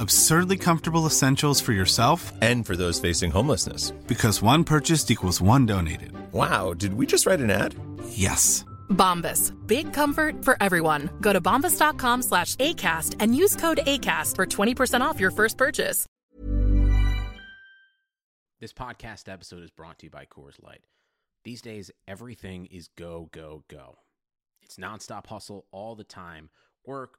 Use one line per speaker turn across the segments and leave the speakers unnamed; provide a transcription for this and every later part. Absurdly comfortable essentials for yourself
and for those facing homelessness.
Because one purchased equals one donated.
Wow, did we just write an ad?
Yes.
Bombas. Big comfort for everyone. Go to bombas.com slash ACAST and use code ACAST for 20% off your first purchase.
This podcast episode is brought to you by Coors Light. These days, everything is go, go, go. It's nonstop hustle all the time. Work,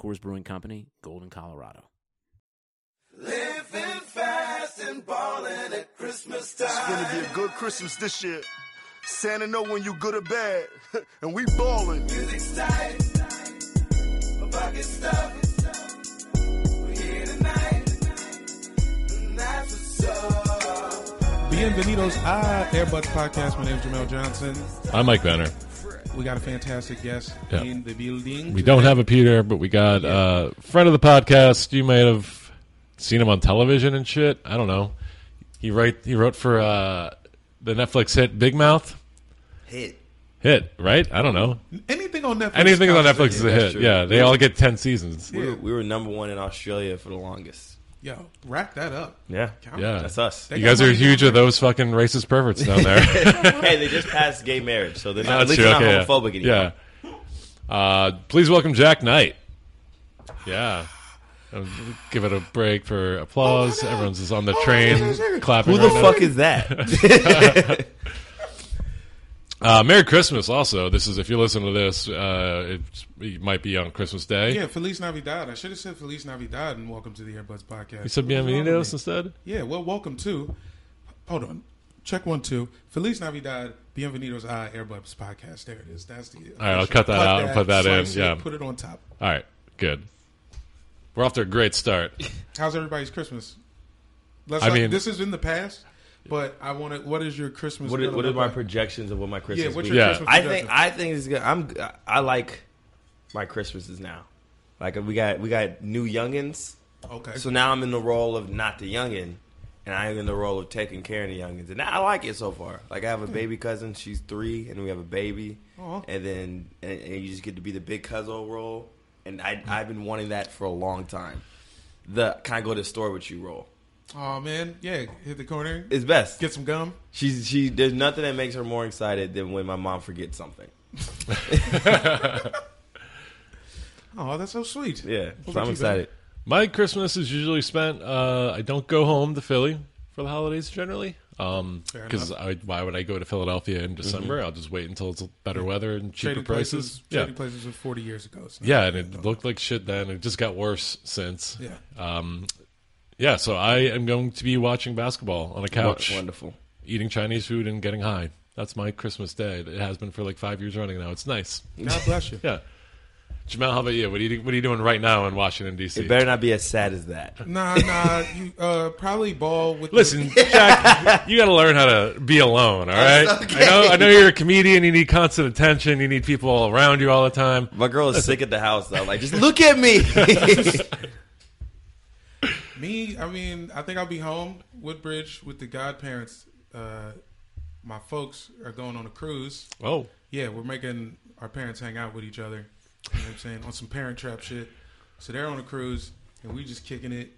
Coors Brewing Company, Golden, Colorado.
Living fast and balling at Christmas time.
It's gonna be a good Christmas this year. Santa know when you good or bad, and we ballin'.
Music's tight, my pocket stuff. We're here tonight, and that's what's up.
Bienvenidos a Airbuds Podcast. My name is Jamel Johnson.
I'm Mike Banner.
We got a fantastic guest
Yeah.
in the building.
We don't have a Peter, but we got uh, friend of the podcast. You might have seen him on television and shit. I don't know. He write he wrote for uh, the Netflix hit Big Mouth. Hit. Hit, right? I don't know.
anything on Netflix.
Anything on
counts
Netflix
as
is
a
a hit.
true.
Yeah, they all get 10 seasons.
We were, we were number one in Australia for the longest.
Yo, rack that up.
Yeah.
Count
Yeah.
That's us.
They
You guys
got
are
money
huge
down
of those fucking racist perverts down there.
hey, they just passed gay marriage, so they're not, at
That's
least
true,
they're not
okay, yeah.
homophobic anymore.
yeah. Uh, please welcome Jack Knight. Yeah. Uh, Give it a break for applause. Everyone's just on the train clapping.
Who the
right now.
fuck is that?
Uh, Merry Christmas! Also, this is if you listen to this, uh, it's, it might be on Christmas Day.
Yeah, Feliz Navidad. I should have said Feliz Navidad and welcome to the Airbuds Podcast.
You said bienvenidos instead.
Yeah, well, welcome to. Hold on. Check one, two. Feliz Navidad. Bienvenidos a Airbuds Podcast. There it is. That's the. All
right, I'll cut that out and put that in, yeah.
Put it on top.
All right, good. We're off to a great start.
How's everybody's Christmas? Let's
I
not-
mean-
this is in the past, but I want to. What is your Christmas?
what,
gonna
are, what are
look
my
like?
projections of what my Christmas
Yeah, what's
week
your
Yeah.
Christmas?
I think
projections?
I think it's good. I'm I like my Christmases now. Like we got we got new youngins.
okay.
So now I'm in the role of not the youngin, and I'm in the role of taking care of the youngins, and I like it so far. Like I have a
Hmm.
baby cousin, she's three, and we have a baby,
Aw.
and then and, and you just get to be the big cousin role, and I I've been wanting that for a long time. The can I go to the store with you role
oh man, yeah, hit the corner,
is best.
get some gum.
She's she. There's nothing that makes her more excited than when my mom forgets something.
Oh, that's so sweet.
Yeah,
What
so
about
I'm
you,
excited.
babe?
My Christmas is usually spent. Uh, I don't go home to Philly for the holidays generally,
Fair
because I why would I go to Philadelphia in December?
Mm-hmm.
I'll just wait until it's better weather and cheaper
Trading
prices.
places.
yeah,
Trading places was forty years ago. so-
yeah, and it looked like shit then. It just got worse since.
Yeah.
Um, yeah, so I am going to be watching basketball on a couch.
Wonderful.
eating Chinese food and getting high. That's my Christmas day. It has been for like five years running now. It's nice.
God bless you.
Yeah. Jamal, how about you? What are you What are you doing right now in Washington D.C.?
It better not be as sad as that.
Nah, nah. You, uh, probably ball with.
Listen, Jack, you got to learn how to be alone. All right.
That's okay.
I know. I know you're a comedian. You need constant attention. You need people all around you all the time.
My girl is sick at the house though. Like, just look at me.
Me, I mean, I think I'll be home Woodbridge with the godparents. Uh, my folks are going on a cruise.
Oh.
yeah, we're making our parents hang out with each other. You know what I'm saying on some parent trap shit. So they're on a cruise, and we just kicking it.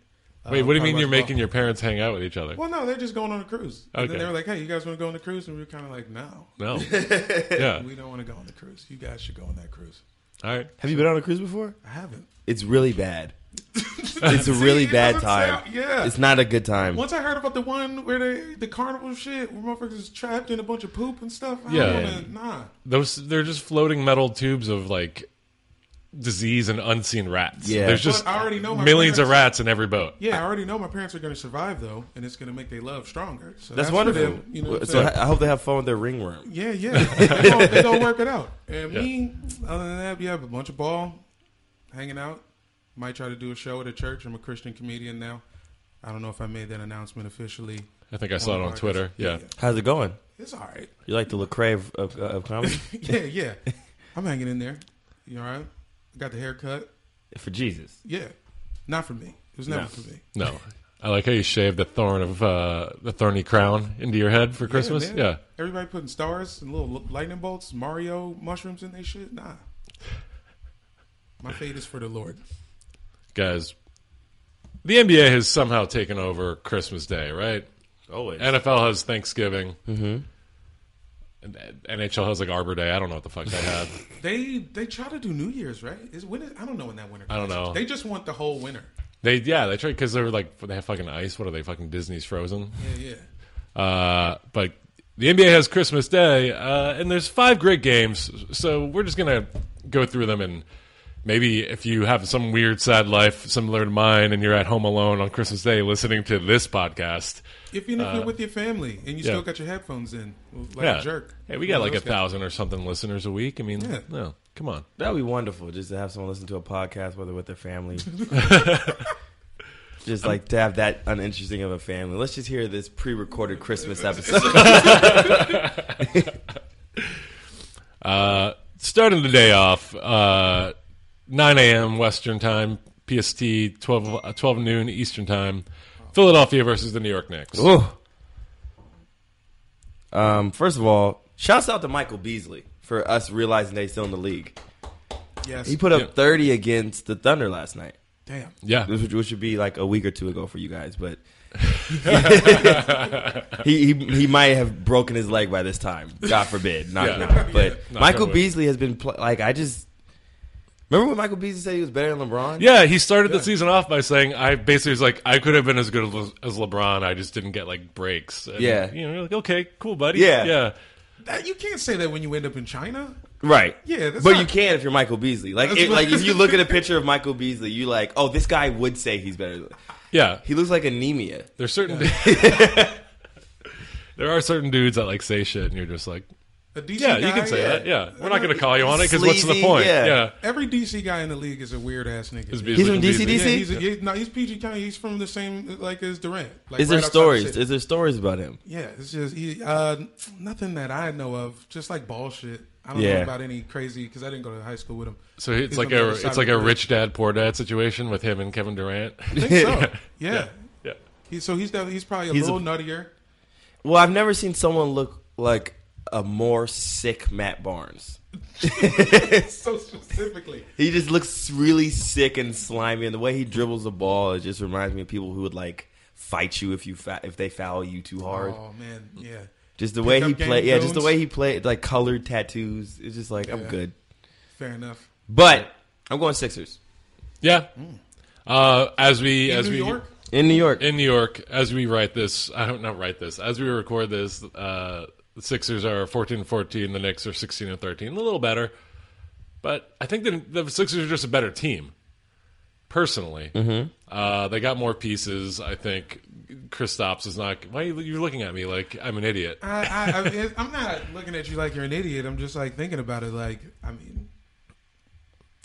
Uh,
Wait, what do you
probably
mean you're
watch
making your parents hang out with each other?
Well, no, they're just going on a cruise. And then
Okay.
they were like, "Hey, you guys want to go on the cruise?" And we were kind of like, "No,
No. Yeah.
we don't want to go on the cruise. You guys should go on that cruise."
All right.
Have you been on a cruise before?
I haven't.
It's really bad. it's a
See,
really
it
bad
doesn't
time.
sound- yeah.
It's not a good time.
Once I heard about the one where they the carnival shit, where motherfuckers is trapped in a bunch of poop and stuff. I
Yeah.
don't wanna, nah.
Those they're just floating metal tubes of like disease and unseen rats.
Yeah.
There's
But
just
I already know my
millions of
parents.
rats in every boat.
Yeah, I already know my parents are going to survive though, and it's going to make their love stronger. So
That's
for
wonderful.
them, you know what I'm
so
saying?
I I hope they have fun with their ringworm.
Yeah, yeah. They're gonna- They're going to work it out. And me, other than that, we have a bunch of ball, hanging out. Might try to do a show at a church. I'm a Christian comedian now. I don't know if I made that announcement officially.
I think I saw it
the
on
podcast.
Twitter. Yeah.
How's it going?
It's all right.
You like the Lecrae of, of, of comedy?
Yeah, yeah. I'm hanging in there. You all right? Got the haircut.
For Jesus.
Yeah. Not for me. It was never
No.
for me.
No. I like how you shaved the thorn of uh, the thorny crown into your head for Christmas.
man.
yeah.
Everybody putting stars and little lightning bolts, Mario mushrooms in they shit. Nah. My fate is for the Lord.
guys. The NBA has somehow taken over Christmas Day, right?
Always.
NFL has Thanksgiving. Mm-hmm. And uh, NHL has like Arbor Day. I don't know what the fuck they had.
They they try to do New Year's, right? Is when is, I don't know when that winter.
I don't
comes.
know.
They just want the whole winter.
they yeah, they tried because they were like they have fucking ice. What are they fucking Disney's Frozen?
Yeah,
yeah. Uh, but the NBA has Christmas Day, uh, and there's five great games. So we're just gonna go through them and. Maybe if you have some weird sad life similar to mine, and you're at home alone on Christmas Day listening to this podcast,
If you if
uh,
you're with your family and you
yeah.
still got your headphones in, like a jerk.
Hey, we
You
got
know,
like a
those guys.
thousand or something listeners a week. I mean,
Yeah.
no, come on.
That'd be wonderful just to have someone listen to a podcast, whether with their family. just like to have that uninteresting of a family. Let's just hear this pre recorded Christmas episode.
Uh, starting the day off, uh, 9 a.m. Western time, PST, 12, uh, 12 noon Eastern time. Philadelphia versus the New York Knicks.
Ooh. Um, first of all, shouts out to Michael Beasley for us realizing they still in the league.
Yes.
He put up
Yeah.
30 against the Thunder last night.
Damn.
Yeah.
This would, which would be like a week or two ago for you guys, but he, he he might have broken his leg by this time. God forbid. Not
Yeah.
now. But
Yeah.
Michael
Knock on wood.
Beasley has been pl- like I just Remember when Michael Beasley said he was better than LeBron?
Yeah, he started the season off by saying, "I basically was like, I could have been as good as Le- as LeBron. I just didn't get like breaks." And,
Yeah.
you know, you're like okay, cool, buddy.
Yeah.
yeah.
That, you can't say that when you end up in China.
Right.
Yeah, that's
but
not-
you can if you're Michael Beasley. Like,
That's
it,
what-
like if you look at a picture of Michael Beasley, you like, oh, this guy would say he's better. Than...
Yeah.
he looks like anemia.
There's certain. there are certain dudes that like say shit, and you're just like,
A DC
yeah, you
guy,
can say
yeah.
that. Yeah, we're not going to call you on it because what's the
Sleazy,
point?
yeah.
yeah.
Every DC guy in the league is a weird ass nigga.
Is Beasley He's from from DC?
Yeah,
DC?
he's, a, he- no, he's PG County. He's from the same like as Durant. Like,
Is there
right outside the
stories?
city.
Is there stories about him?
Yeah, it's just he, uh, nothing that I know of. Just like ball shit. I don't
Yeah.
know about any crazy because I didn't go to high school with him.
So it's
He's
like
on the
a
other side
it's
of
like
the
a
bridge.
rich dad poor dad situation with him and Kevin Durant.
I think so. yeah.
Yeah. Yeah.
He, so he's definitely he's probably a
He's a-
little nuttier.
Well, I've never seen someone look like a more sick Matt Barnes.
so specifically.
He just looks really sick and slimy, and the way he dribbles the ball, it just reminds me of people who would like fight you if you fa- if they foul you too hard.
Oh man, yeah.
Just the way
Pickup
he
game
played, yeah. Just the
cones.
way he played, like colored tattoos. It's just like I'm
Yeah.
good.
Fair enough.
But I'm going Sixers
Yeah. Uh, as we
In
as
New
we
York?
in New York.
in New York as we write this, I don't know write this as we record this. Uh, the Sixers are 14 and 14. The Knicks are 16 and 13. A little better, but I think the, the Sixers are just a better team. Personally, uh, they got more pieces. I think Kristaps is not. Why are you, you're looking at me like I'm an idiot?
I, I, I mean, I'm not looking at you like you're an idiot. I'm just like thinking about it. Like I mean,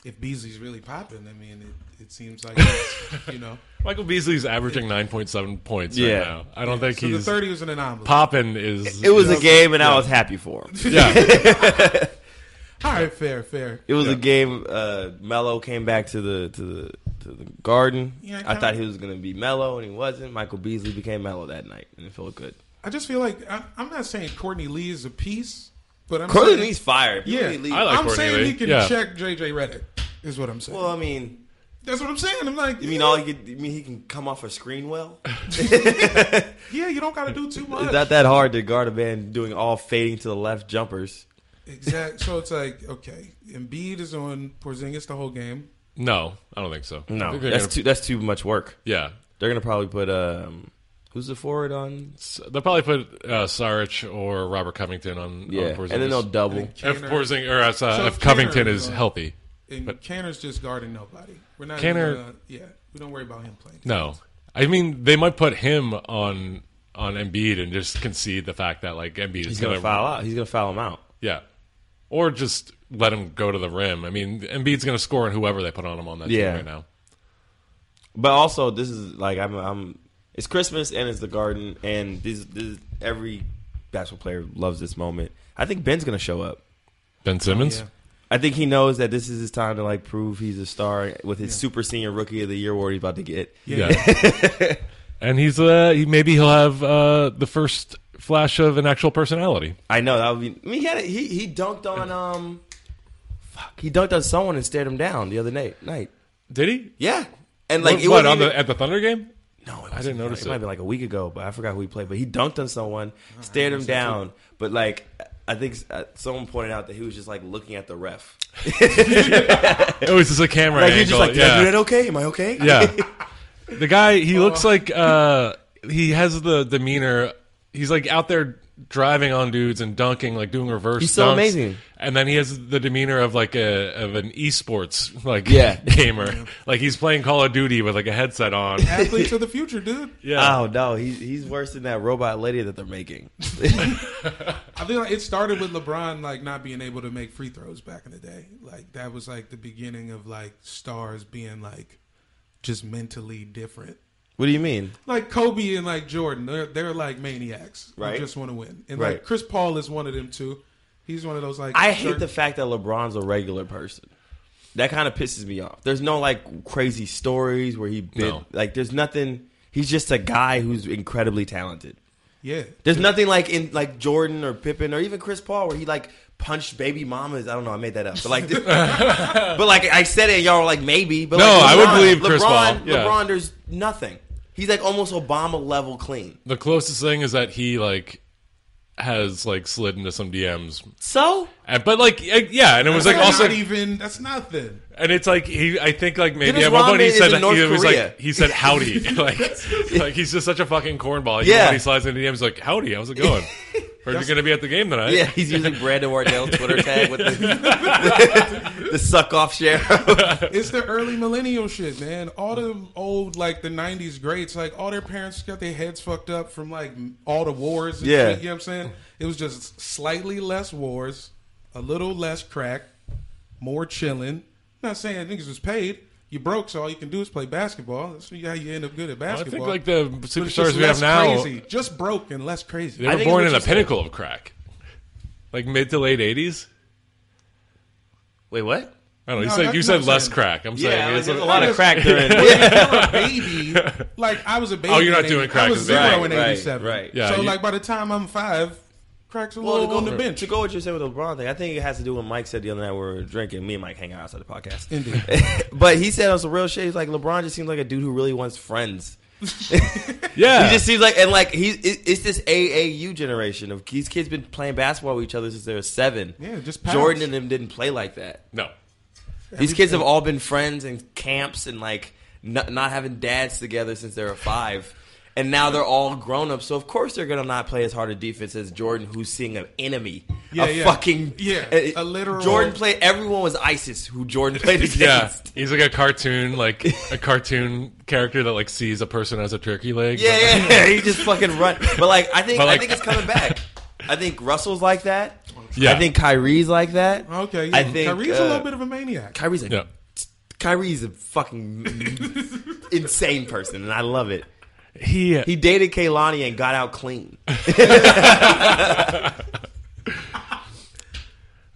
if Beasley's really popping, I mean, it, it seems like it's, you know.
Michael Beasley's averaging nine point seven points
Yeah.
right now. I don't
Yeah,
think
so the
he's
30 was an anomaly.
Poppin is.
It was a
is-
game, and I was
Yeah.
happy for him.
Yeah.
All right, fair, fair.
It was a game. Uh, Mello came back to the to the to the Garden.
Yeah, I
I,
kinda-
thought he was going to be Mello, and he wasn't. Michael Beasley became Mello that night, and it felt good.
I just feel like I, I'm not saying Courtney Lee is a piece, but I'm
Courtney
saying-
Lee's fire. People
Yeah,
need Lee. I
I like
like
I'm
Courtney
saying
Lee.
he can
Yeah.
check JJ Reddick. Is what I'm saying.
Well, I mean,
that's what I'm saying. I'm like,
You mean all he could, you mean he can come off a screen well?
yeah, you don't got to do too much.
It's not that hard to guard a man doing all fading to the left jumpers.
Exact. So it's like okay, Embiid is on Porzingis the whole game.
No, I don't think so. I
No,
think they're
that's
gonna-
too that's too much work.
Yeah,
they're gonna probably put um, who's the forward on?
They'll probably put uh, Saric or Robert Covington on.
Yeah,
on Porzingis.
and then they'll double. And
If
Kanter-
Porzing or uh,
So uh,
if
Kanter
Covington is
on-
healthy,
and Canner's just guarding nobody. We're not
Kanter-
Even, uh, yeah, we don't worry about him playing.
no. I mean, they might put him on on Embiid and just concede the fact that like Embiid is
He's gonna foul out. He's gonna foul him out.
Yeah, or just let him go to the rim. I mean, Embiid's gonna score on whoever they put on him on that
Yeah.
team right now.
But also, this is like I'm. I'm it's Christmas and it's the Garden, and this, this every basketball player loves this moment. I think Ben's gonna show up.
Ben Simmons? yeah.
I think he knows that this is his time to like prove he's a star with his super senior rookie of the year award he's about to get.
Yeah. and he's uh he, maybe he'll have uh the first flash of an actual personality.
I know that would be. I mean, he had a, he he dunked on um, fuck, he dunked on someone and stared him down the other night. Night
did he?
Yeah, and like
What-
it
what,
wasn't
on
even-
the- at the Thunder game?
No,
I didn't notice
It might
it.
have been like a week ago, but I forgot who he played. But he dunked on someone, stared him down. But like, I think uh, someone pointed out that he was just like looking at the ref.
It was Oh, just a camera
Like,
angle.
you're just like, did
yeah.
I do that okay? Am I okay?
Yeah. the guy,
Oh.
he looks like uh, he has the demeanor. He's like out there driving on dudes and dunking, like doing reverse.
He's so
dunks.
amazing.
And then he has the demeanor of like a of an esports like
Yeah.
gamer. like he's playing Call of Duty with like a headset on.
Athletes of the future, dude.
Yeah. Oh no, he's he's worse than that robot lady that they're making.
I feel like it started with LeBron like not being able to make free throws back in the day. Like that was like the beginning of like stars being like just mentally different.
what do you mean?
Like Kobe and like Jordan, they're they're like maniacs. who
Right.
just want to win. And like
Right.
Chris Paul is one of them too. He's one of those like
I hate
certain-
the fact that LeBron's a regular person. That kind of pisses me off. There's no like crazy stories where he bit,
No.
like there's nothing. He's just a guy who's incredibly talented.
Yeah.
There's nothing like in like Jordan or Pippen or even Chris Paul where he like punched baby mamas. I don't know. I made that up, but like, but like I said it, and y'all were like maybe. But
No,
like,
I would believe Chris
LeBron,
Paul. Yeah.
LeBron, there's nothing. He's like almost Obama level clean.
The closest thing is that he like has like slid into some DMs.
So,
and, but like eh, yeah, and it was like
That's
also
not even that's nothing.
And it's like he, I think like maybe
Dennis
at one point
Rodman
he
is
said
in
that
North
he was
Korea.
like he said howdy, like like he's just such a fucking cornball. Even
Yeah.
when he slides into DMs like howdy, how's it going? Heard you're gonna be at the game tonight.
Yeah, he's using Brandon Wardell's Twitter tag with the, the suck off share.
it's the early millennial shit, man. All the old like the '90s greats, like all their parents got their heads fucked up from like m- all the wars. And
Yeah.
shit, you know what I'm saying? It was just slightly less wars, a little less crack, more chilling. I'm not saying niggas was paid. You broke, so all you can do is play basketball. That's how you end up good at
I think
basketball.
like the
But it's
superstars
just
we
less
have now,
crazy. just broke and less crazy.
they were born in the pinnacle of crack, like mid to late '80s.
Wait, what?
I don't know. You
No,
said
that's
you
what
said
I'm
less
saying.
crack. I'm
Yeah,
saying
like,
it's
there's a lot of crack
When
during-
you were a baby, like I was a baby.
Oh, you're not
in
doing
80
crack
I was
as a
zero
baby.
in
Right, right,
'87.
right.
Yeah,
so
you-
like by the time I'm five, cracks a
Well, to
little
go,
on the bench.
to go with what you're saying with LeBron thing, I think it has to do with what Mike said the other night. We were drinking. Me and Mike hang out outside the podcast.
Indeed.
but he said on some real shit. He's like, LeBron just seems like a dude who really wants friends.
Yeah.
he just seems like, and like he, it, it's this AAU generation of these kids been playing basketball with each other since they were seven.
Yeah, just pals.
Jordan and them didn't play like that.
No,
these kids have all been friends in camps and like not, not having dads together since they were five. And now they're all grown up, so of course they're gonna not play as hard a defense as Jordan, who's seeing an enemy,
Yeah,
a
yeah.
fucking
Yeah,
a,
a literal-
Jordan played. Everyone was ISIS, who Jordan played against.
yeah, he's like a cartoon, like a cartoon character that like sees a person as a turkey leg.
Yeah, yeah, yeah. He just fucking run. But like, I think
But, like-
I think it's coming back. I think Russell's like that.
Yeah.
I think Kyrie's like that.
Okay, yeah.
I think
Kyrie's a
uh,
little bit of a maniac.
Kyrie's a
Yeah.
Kyrie's a fucking insane person, and I love it.
He
he dated Kaylani and got out clean.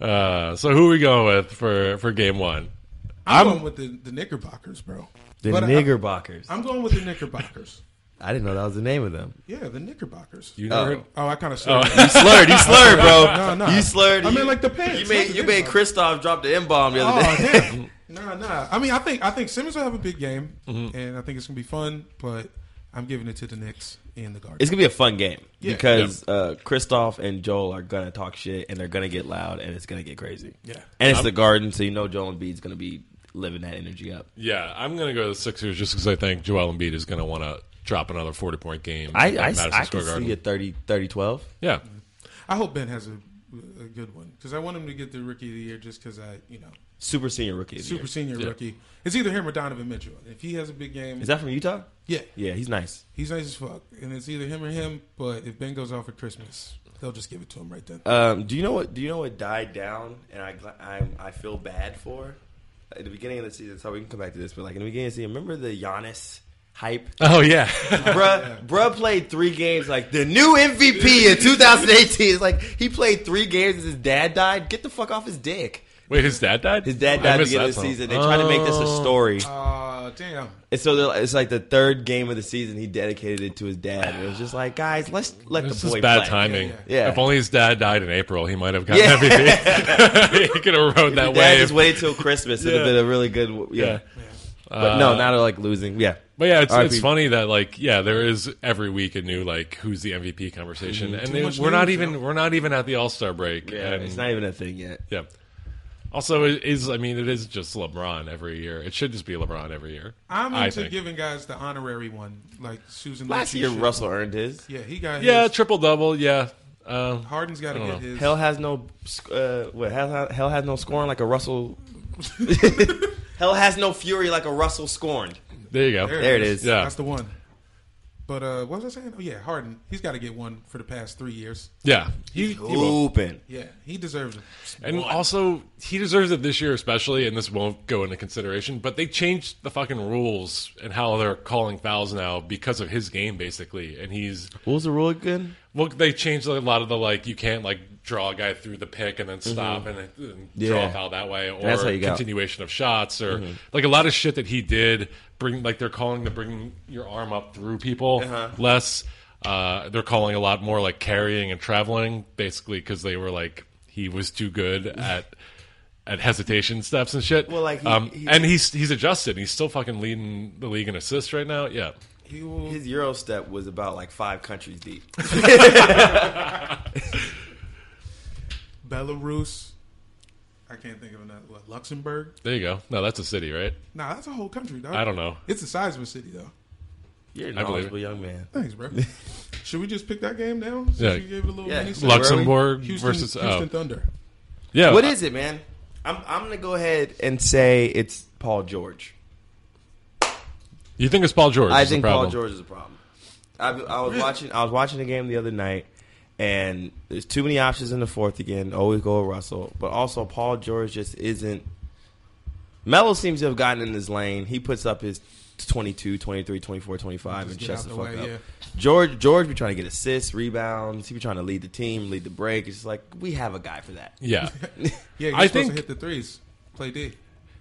Uh, so who are we going with for for game one?
I'm, going with the, the Knickerbockers, bro.
The
But I-
Knickerbockers.
I'm going with the Knickerbockers.
I didn't know that was the name of them.
Yeah, the Knickerbockers.
You never Oh. heard-
Oh, I kind of slurred.
Oh. You slurred, you slurred, bro.
No, no.
You slurred.
I
You-
mean, like the pants.
you made-
not the
you made
Knickerbockers.
Kristoff drop the M-bomb the other
Oh,
day.
damn. Nah, nah. I mean, I think I think Simmons will have a big game,
Mm-hmm.
and I think it's gonna be fun. But I'm giving it to the Knicks in the Garden.
It's gonna be a fun game
Yeah.
because uh, Kristoff and Joel are gonna talk shit and they're gonna get loud and it's gonna get crazy.
Yeah.
and it's
I'm-
the Garden, so you know Joel Embiid's gonna be living that energy up.
Yeah, I'm gonna go to the Sixers just because I think Joel Embiid is gonna want to drop another 40 point game.
I
at
I,
Madison
I
Square
can
Garden.
see a 30, 30 12.
Yeah,
I hope Ben has a, a good one because I want him to get the Rookie of the Year just because I, you know,
super senior rookie, of the
super
year.
senior
Yeah.
rookie. It's either him or Donovan Mitchell. If he has a big game,
Is that from Utah?
Yeah,
yeah, he's nice.
He's nice as fuck, and it's either him or him. But if Ben goes off at Christmas, they'll just give it to him right then.
Um, do you know what? Do you know what died down? And I, gla- I, I feel bad for at the beginning of the season. So we can come back to this, but like in the beginning of the season, remember the Giannis hype?
Oh, yeah.
bruh, bruh played three games like the new MVP in 2018. It's like he played three games and his dad died. Get the fuck off his dick.
Wait, his dad died.
His dad
I
died at the
missed
beginning of
that
the
song.
season. They tried to make this a
Oh.
story.
Uh, damn.
And so they're like- it's like the third game of the season. He dedicated it to his dad. It was just like, guys, let's let
This
the
is
boy
bad
play.
timing.
Yeah.
If only his dad died in April, he might have gotten
Yeah.
everything. he could have rode
If
that
your dad
wave.
just waited till Christmas, it'd have been a really good w- yeah. Uh, But no, now they're, like, losing. Yeah.
But yeah, it's,
RIP.
it's funny that like yeah, there is every week a new like who's the MVP conversation,
Mhm.
and
Too
they-
much
we're not
news,
even we're not even at the All Star break.
Yeah,
and-
it's not even a thing yet.
Yeah. Also, it is I mean, it is just LeBron every year. It should just be LeBron every year.
I'm
I
into
think.
giving guys the honorary one, like Susan.
Last
Lucci
year,
shit.
Russell earned his.
Yeah, he got.
yeah,
his.
triple double. Yeah, uh,
Harden's got to
I
get
don't know.
his.
Hell has no sc- uh, what hell, hell has no scorn like a Russell. hell has no fury like a Russell scorned.
There you go.
There it is.
That's the one. But uh, what was I saying? Oh yeah, Harden. He's got to get one for the past three years.
Yeah. He-
he's
he will. Hooping.
Yeah, he deserves it.
And also, he deserves it this year, especially, and this won't go into consideration. But they changed the fucking rules and how they're calling fouls now because of his game, basically. And he's
What was the rule again?
well, they changed a lot of the like you can't like draw a guy through the pick and then stop and, and draw
Mm-hmm. Yeah.
a foul that way, or
That's how you got-
continuation of shots, or
Mhm.
like a lot of shit that he did. Bring like they're calling the bringing your arm up through people
Uh-huh.
less. Uh, they're calling a lot more like carrying and traveling, basically because they were like he was too good at at hesitation steps and shit.
Well, like, he-
um,
he-
and he's he's adjusted. He's still fucking leading the league in assists right now. Yeah.
His Euro step was about like five countries deep.
Belarus. I can't think of another. What, Luxembourg.
There you go. No, that's a city, right?
Nah, that's a whole country. Dog.
I don't know.
It's the size of a city, though.
You're a
I believe
knowledgeable young man.
Thanks, bro. Should we just pick that game now? Since
Yeah.
you gave it a little
Yeah.
mini-
Luxembourg
Houston,
versus oh.
Houston Thunder.
Yeah.
What is it, man? I'm I'm gonna go ahead and say it's Paul George.
You think it's Paul George?
I
is the
think Paul
problem.
George is a problem. I, I was watching. I was watching the game the other night, and there's too many options in the fourth again. Always go with Russell, but also Paul George just isn't. Melo seems to have gotten in his lane. He puts up his 22, 23, 24, 25,
Just
and
get
shuts
out
the,
the
fuck
way,
up.
yeah.
George George be trying to get assists, rebounds. He be trying to lead the team, lead the break. It's just like we have a guy for that.
Yeah.
Yeah, you're
I
supposed
think-
to hit the threes. Play D.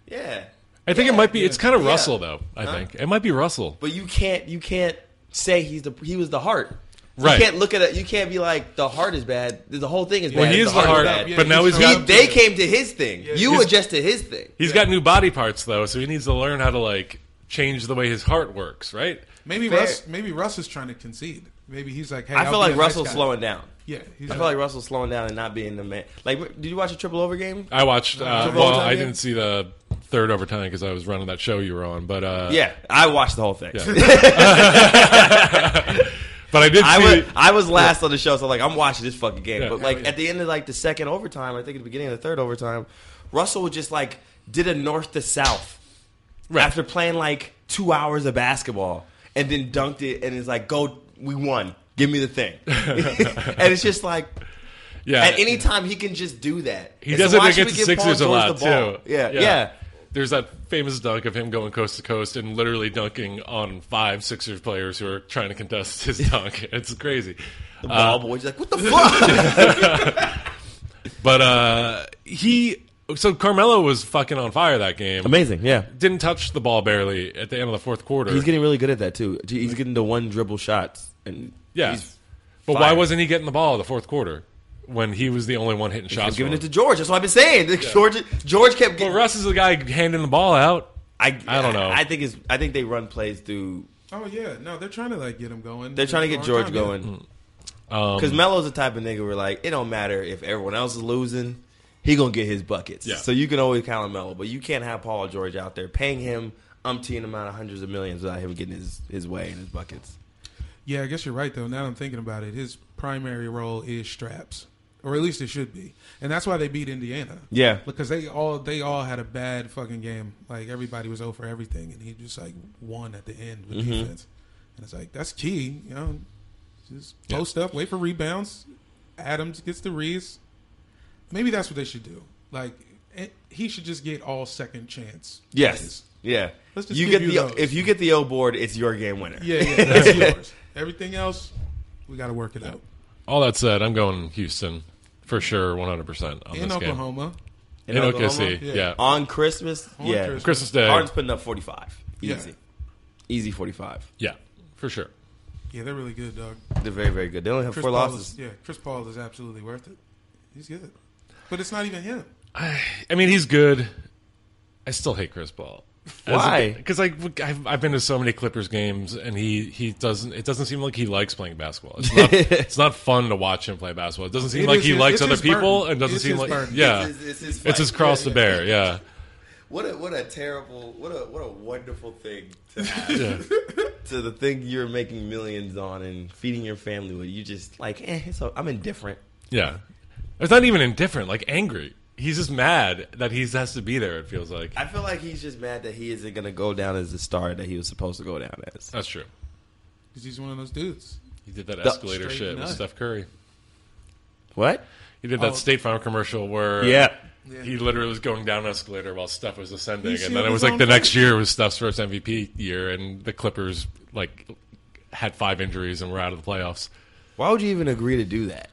Yeah.
I think it might be. It's kind of
Yeah.
Russell, though. I
Huh?
think it might be Russell.
But you can't you can't say he's the he was the heart.
Right.
You can't look at it. You can't be like the heart is bad. The whole thing is
Well,
bad.
he is the heart,
bad.
but now he's
He-
got-
they came to his thing. You
He's-
adjust to his thing.
He's got new body parts though, so he needs to learn how to like change the way his heart works. Right?
Maybe
Fair.
Russ. Maybe Russ is trying to concede. Maybe he's like, hey,
I
I'll
feel
be
like
the next
Russell's
guy.
slowing down.
Yeah,
I
he's
feel
not-
like Russell's slowing down and not being the man. Like, did you watch a triple over game?
I watched. Uh,
Triple
well,
overtime
I
game?
didn't see the third overtime because I was running that show you were on. But uh,
Yeah, I watched the whole thing.
Yeah. but I did.
I
see,
was, I was last on the show, so like I'm watching this fucking game.
Yeah.
But like at the end of like the second overtime, I think at the beginning of the third overtime, Russell was just like did a north to south after playing like two hours of basketball and then dunked it and it's like go we won give me the thing and it's just like
Yeah.
at any time he can just do that
He
And so
does it
why should
against
we
the
give Paul
Sixers a
George
lot,
the ball?
too.
yeah
Yeah.
yeah,
there's that famous dunk of him going coast to coast and literally dunking on five Sixers players who are trying to contest his dunk. It's crazy. Uh,
The ball boy's like, "What the
Uh.
fuck?"
but uh, he. So Carmelo was fucking on fire that game.
Amazing, yeah.
Didn't touch the ball barely at the end of the fourth quarter.
He's getting really good at that too. He's getting the one dribble shots, and
Yeah.
he's
But why
fired.
wasn't he getting the ball the fourth quarter when he was the only one hitting shots?
I'm giving
for
it to George. That's what I've been saying. George, George kept. Getting,
well, Russ is the guy handing the ball out.
I,
I don't know.
I, think it's. I think they run plays through.
Oh yeah, no, they're trying to like get him going.
They're trying to get
Long
George
time, yeah.
going.
Mm. Um,
Because Melo's the type of nigga where like it don't matter if everyone else is losing, he gonna get his buckets.
Yeah.
So you can always count on Melo, but you can't have Paul George out there paying him umpteen amount of hundreds of millions without him getting his his way and his buckets.
Yeah, I guess you're right though. Now that I'm thinking about it, his primary role is straps, or at least it should be, and that's why they beat Indiana.
Yeah.
because they all they all had a bad fucking game. Like everybody was over everything, and he just like won at the end with
Mhm.
Mm-hmm.
defense. And it's like that's key, you know. Just post up, wait for rebounds. Adams gets the reads. Maybe that's what they should do. Like it, he should just get all second chance.
Yes. Yeah.
Let's just
You
give
get
you
the
those.
if you get the O board, it's your game winner.
Yeah, yeah, that's yours. Everything else, we got to work it out.
All that said, I'm going Houston for sure, 100 percent on
In
this
Oklahoma.
game. In OKC, yeah.
On Christmas,
On
yeah.
Christmas. Christmas Day.
Harden's putting up 45.
Yeah.
Easy. Easy 45.
yeah, for sure.
Yeah, they're really good, dog.
They're very, very good. They only have
Chris
four
Paul
losses.
Is, yeah, Chris Paul is absolutely worth it. He's good, but it's not even him.
I mean, he's good. I still hate Chris Paul.
Why?
Because like I've, I've been to so many Clippers games, and he, he doesn't. It doesn't seem like he likes playing basketball. It's not, it's not fun to watch him play basketball. It doesn't seem
It
like
is
he
his-
likes
it's
other
his burden.
people, and doesn't
It's
seem
his
like
burden.
It's
yeah,
his- it's his
it's his
fight.
cross
Yeah,
to
yeah.
bear. Yeah.
What a what a terrible what a what a wonderful thing to
Yeah.
have to the thing you're making millions on and feeding your family with. You just like eh, so I'm indifferent.
Yeah. It's not even indifferent, like angry. He's just mad that he has to be there, it feels like.
I feel like he's just mad that he isn't gonna go down as the star that he was supposed to go down as.
That's true.
Because he's one of those dudes.
He did that
The-
escalator
Straight
shit with
nut.
Steph Curry.
What?
He did that
Oh.
State Farm commercial where
Yeah.
he literally was going down an escalator while Steph was ascending.
He
and then
sealed
it was
his
like the
own
next
fate.
year was Steph's first MVP year, and the Clippers like had five injuries and were out of the playoffs.
Why would you even agree to do that?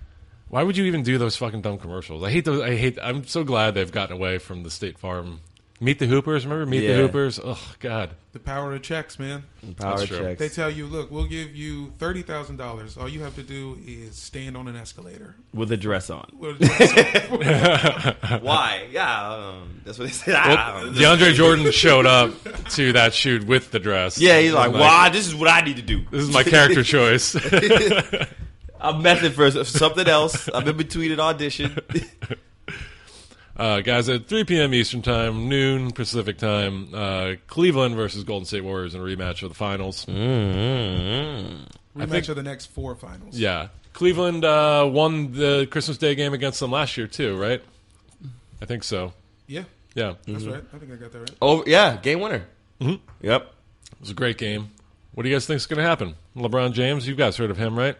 Why would you even do those fucking dumb commercials? I hate those. I hate. I'm so glad they've gotten away from the State Farm. Meet the Hoopers. Remember Meet
Yeah.
the Hoopers? Oh God.
The power of checks, man.
Power
That's true.
checks.
They tell you, look, we'll give you thirty thousand dollars. All you have to do is stand on an escalator.
with a dress on.
Well, that's-
Why? Yeah, um, that's what they said. Ah,
Well, DeAndre Jordan showed up to that shoot with the dress.
yeah, he's like,
I'm
why? This is what I need to do.
This is my character choice.
A method for something else. I'm in between an audition.
uh, guys, at 3 p.m. Eastern Time, noon Pacific Time, uh, Cleveland versus Golden State Warriors in a rematch of the finals.
Rematch
think-
of the next four finals.
Yeah. Cleveland uh, won the Christmas Day game against them last year, too, right? I think so.
yeah,
Yeah. It
that's right. I think I got that right.
Oh yeah, game winner. Mm-hmm. Yep.
was a great game. What do you guys think is going to happen? LeBron James, you guys heard of him, right?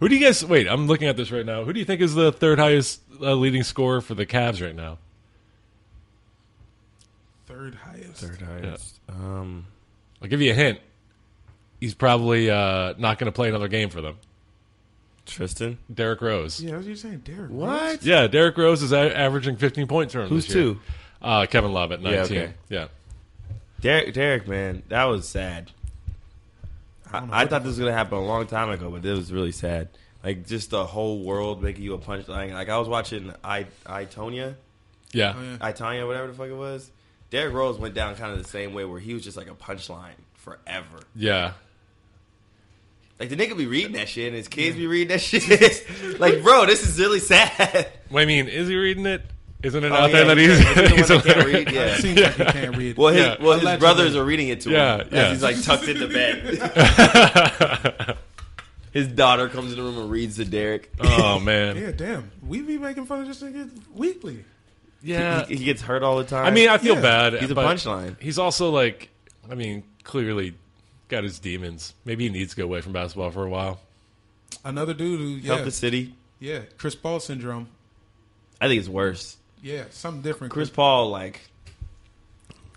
Who do you guys. Wait, I'm looking at this right now. Who do you think is the third highest uh, leading scorer for the Cavs right now?
Third highest.
highest. Um,
I'll give you a hint. He's probably uh, not going to play another game for them.
Tristan.
Derrick Rose. Yeah,
Yeah, what you saying, Derek?
What?
Derrick Rose is a- averaging 15 points for him
Who's
this year.
two?
Uh, Kevin Love at 19. Yeah.
okay. Derek, Derek, man, that was sad.
don't know
I, I
what
thought
the-
this was gonna happen a long time ago, but it was really sad. Like just the whole world making you a punchline. Like I was watching I Itonia,
Yeah.
Oh, yeah.
Itonia, whatever the fuck it was. Derek Rose went down kind of the same way, where he was just like a punchline forever.
Yeah.
Like the nigga be reading that shit, and his kids be reading that shit. like, bro, this is really sad.
Well, I mean, is he reading it? Isn't it
Oh,
out
yeah,
there that
he's-
he's,
he's the one that
he's
can't
illiterate?
read, yeah.
It seems like you can't read.
Well, his
Yeah.
well his
Allegedly.
brothers are reading it to
Yeah,
him
yeah.
as he's like tucked into bed. his daughter comes in the room and reads to Derek.
Oh man.
yeah, damn. We be making fun of this nigga weekly.
Yeah.
he, he gets hurt all the time.
I mean, I feel
Yeah.
bad.
He's a
but
punchline.
He's also like, I mean, clearly got his demons. Maybe he needs to go away from basketball for a while.
Another dude who,
help
yeah,
the city.
yeah, Chris Paul syndrome.
I think it's worse.
Yeah, something different.
Chris Paul, like,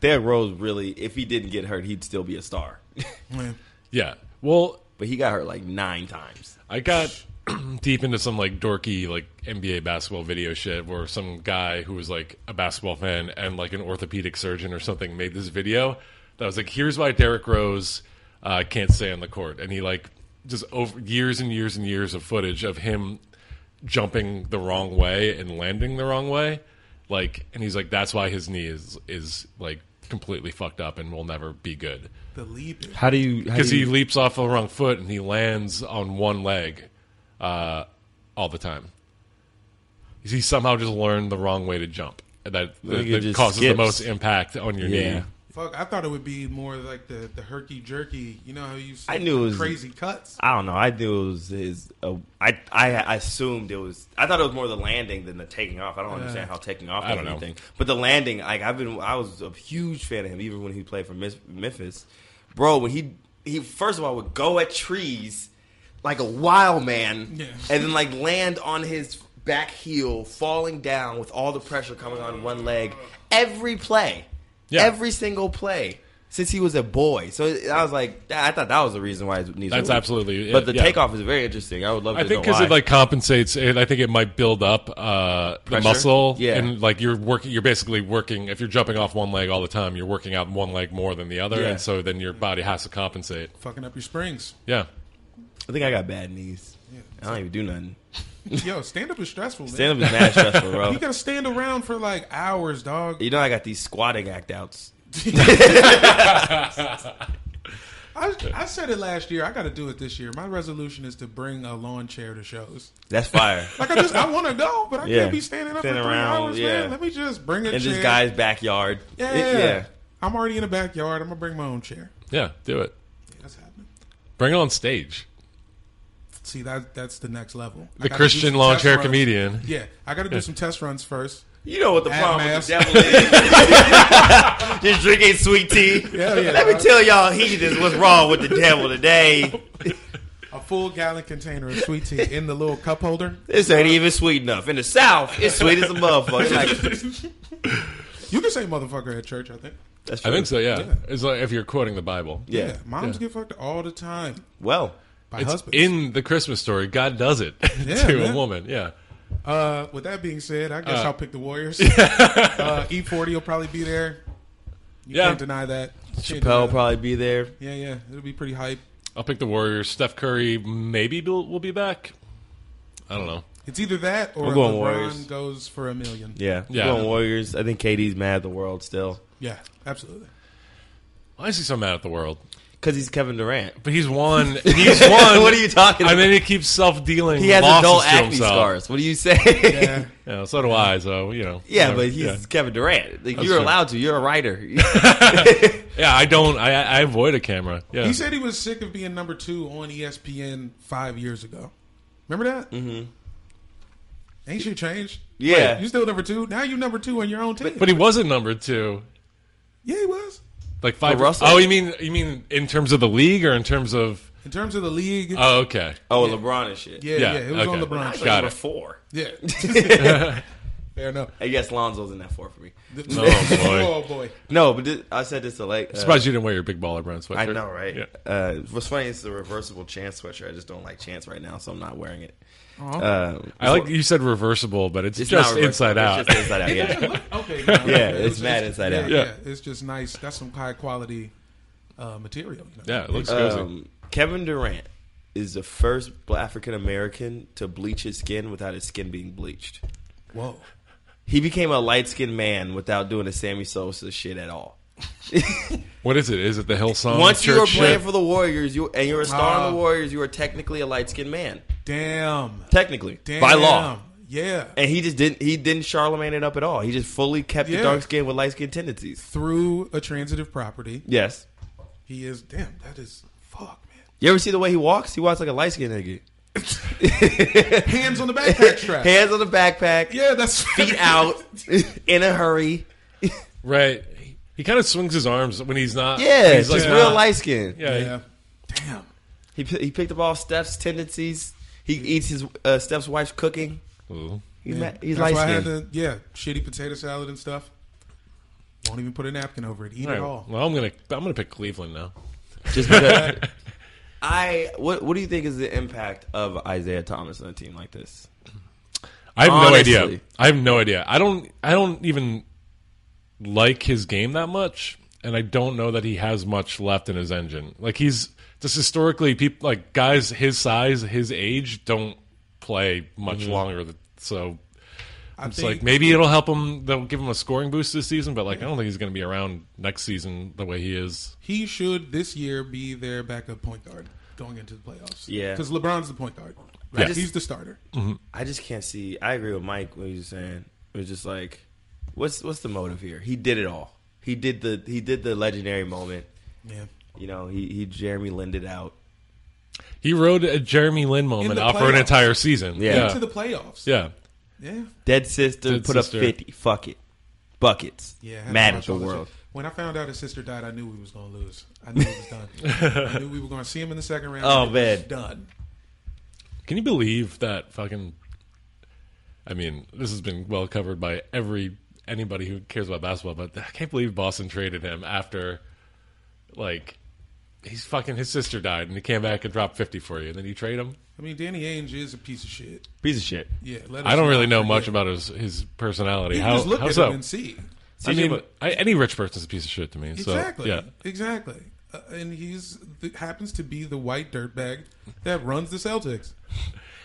Derrick Rose really, if he didn't get hurt, he'd still be a star.
Yeah.
yeah. Well,
but he got hurt like nine times.
I got deep into some like dorky like NBA basketball video shit where some guy who was like a basketball fan and like an orthopedic surgeon or something made this video that was like, here's why Derrick Rose uh, can't stay on the court, and he like just over years and years and years of footage of him jumping the wrong way and landing the wrong way, like, and he's like, that's why his knee is is like completely fucked up and will never be good.
The leap.
How do you? how
Because
do
he
you-
leaps off the wrong foot and he lands on one leg uh, all the time. He somehow just learned the wrong way to jump. and That,
Look,
that,
it
that
just
causes the
skips.
most impact on your
Yeah.
knee.
Fuck, I thought it would be more like the, the herky jerky. You know how you see
I knew it was
crazy cuts.
I don't know. I knew it was his. Uh, I, I I assumed it was. I thought it was more the landing than the taking off. I don't
Yeah.
understand how taking
Uh,
off
I
is
don't know.
anything. But the landing, like I've been, I was a huge fan of him even when he played for Mis- Memphis. Bro, when he he first of all would go at trees like a wild man,
Yeah.
and then like land on his back heel, falling down with all the pressure coming on one leg. Every play,
Yeah.
every single play. Since he was a boy, so I was like, I thought that was the reason why his knees.
That's
were weak.
absolutely it,
But the
yeah.
takeoff is very interesting. I would love. To
I think
know
because
why.
it like compensates, and I think it might build up uh, the
Pressure?
muscle.
Yeah.
and like you're working, you're basically working. If you're jumping off one leg all the time, you're working out one leg more than the other,
Yeah.
and so then your body has to compensate.
Fucking up your springs.
Yeah,
I think I got bad knees. I don't even do nothing.
Yo, stand up is stressful. Man.
Stand up is mad stressful, bro.
You gotta stand around for like hours, dog.
You know I got these squatting act outs.
I, I said it last year. I gotta do it this year. My resolution is to bring a lawn chair to shows.
That's fire.
Like I just I want to go, but I
Yeah.
can't be standing up
Stand
for three
around,
hours,
yeah.
man. Let me just bring a
In
chair.
this guy's backyard. It-
yeah.
yeah.
I'm already in the backyard. I'm gonna bring my own chair.
yeah, do it.
That's happening.
Bring it on stage.
See that that's the next level. I gotta
The
do
Christian
some
lawn
test
chair
runs.
comedian.
Yeah, I got to do some test runs first.
You know what the
At
problem with the
mass.
devil is. Just drinking sweet tea.
Hell yeah.
Let me tell y'all heathens what's wrong with the devil today.
A full gallon container of sweet tea in the little cup holder.
This ain't even sweet enough. In the South, it's sweet as a motherfucker. Like,
You can say motherfucker at church. I think.
that's
I
true.
think so. Yeah, it's like if you're quoting the Bible.
Yeah.
moms get fucked all the time
Well,
by
It's
husbands.
in the Christmas story. God does it
Yeah,
to
man.
a woman. Yeah.
uh, with that being said, I guess I'll pick the Warriors. uh, E40 will probably be there. You
Yeah.
can't deny that. Can't deny
Chappelle will
that.
probably be there.
Yeah, yeah, it'll be pretty hype.
I'll pick the Warriors. Steph Curry maybe will, will be back. I don't know.
It's either that or
I'm going
LeBron
Warriors.
goes for a million.
Yeah.
Yeah.
Going Warriors. I think KD's mad at the world still.
Yeah, absolutely.
Why is he so mad at the world?
Because he's Kevin Durant.
But he's won. He's won.
What are you talking
I mean, he keeps self-dealing.
He has
losses
adult
to
acne
himself.
scars. What do you say? Yeah,
Yeah,
Yeah, so do I. So you know. whatever.
but he's
yeah.
Kevin Durant. Like,
That's
you're
true.
allowed to. You're a writer.
Yeah, I don't. I, I avoid a camera. Yeah.
he said he was sick of being number two on E ESPN five years ago. Remember that? Mm-hmm. Ain't shit changed.
Yeah.
you still number two. Now you number two on your own team.
but he wasn't number two.
yeah, he was.
Like five.
For Russell?
Oh, you mean you mean in terms of the league or in terms of?
In terms of the league,
Oh, okay.
oh, LeBron and shit.
yeah,
yeah,
yeah, it was on
okay.
LeBron.
Got
number
it.
four.
Yeah, fair enough.
I guess Lonzo's in that four for me.
Oh boy.
Oh boy,
No, but this, I said this to like. uh,
Surprised you didn't wear your big baller brown sweatshirt.
I know, right?
Yeah.
Uh, what's funny is the reversible chance sweatshirt. I just don't like chance right now, so I'm not wearing it. Uh,
I like you said reversible, but it's,
It's not
just
reversible.
inside
It's
out.
just inside out. Yeah.
okay.
Yeah,
It
it's
was
mad
just-
inside
yeah,
out.
Yeah.
Yeah.
it's just nice. That's some high quality uh, material. You know?
yeah, it looks cozy.
Um, Kevin Durant is the first African American to bleach his skin without his skin being bleached.
Whoa.
He became a light skinned man without doing the Sammy Sosa shit at all.
What is it? Is it the Hillsong?
Once you were
Um, church
playing
shit?
for the Warriors, you and you're a star on
Ah.
the Warriors, you were technically a light skinned man.
Damn.
Technically.
Damn.
By law.
Yeah.
And he just didn't he didn't Charlemagne it up at all. He just fully kept the
Yeah.
dark skin with light skin tendencies.
Through a transitive property,
Yes.
he is. Damn, that is fuck, man.
You ever see the way he walks? He walks like a light skinned nigga.
Hands on the backpack strap.
Hands on the backpack,
yeah, that's
feet out, in a hurry.
right? He, he kind of swings his arms when he's not.
Yeah,
when he's
just
like
real
not-
light skin.
Yeah,
Yeah. Damn.
He pi- he picked up all Steph's tendencies. He eats his uh, Steph's wife's cooking.
he- Ooh.
He's, ma- he's light
That's why I had
skinned.
to, yeah, shitty potato salad and stuff. Won't even put a napkin over it. Eat
All
it
right.
all.
Well, I'm gonna I'm gonna pick Cleveland now.
Just because I what what do you think is the impact of Isaiah Thomas on a team like this?
I have
Honestly.
no idea. I have no idea. I don't. I don't even like his game that much, and I don't know that he has much left in his engine. Like he's just historically people like guys his size, his age don't play much
Mhm.
longer. th- So
I
it's
think-
like maybe it'll help him. They'll give him a scoring boost this season, but like I don't think he's going to be around next season the way he is.
He should this year be their backup point guard going into the playoffs.
Yeah.
because LeBron's the point guard.
I
Right?
just-
He's the starter.
I just can't see. I agree with Mike what he was saying. It was just like, what's what's the motive here? He did it all. He did the he did the legendary moment.
Yeah.
You know he he Jeremy Linned it out.
He rode a Jeremy Lin moment
the
out for an
playoffs.
entire season.
Yeah.
Into the playoffs.
Yeah.
Yeah.
Dead sister
Dead
put
sister.
up fifty. Fuck it, buckets.
Yeah, I had to
mad at
watch
the
all this
world.
shit. When I found out his sister died, I knew we was gonna lose. I knew it was done. I knew we were gonna see him in the second round.
Oh,
It was
man.
done.
Can you believe that fucking? I mean, this has been well covered by every anybody who cares about basketball, but I can't believe Boston traded him after, like, he's fucking his sister died, and he came back and dropped fifty for you, and then you trade him.
I mean, Danny Ainge is a piece of shit.
Piece of shit.
Yeah, let
I
us
don't really
not
know
forget.
much about his his personality.
You can
how
just look
how
at
so?
him and see.
I
CJ,
mean, I, any rich person's a piece of shit to me. So
Exactly.
yeah,
Exactly. Uh, and he's th- happens to be the white dirtbag that runs the Celtics.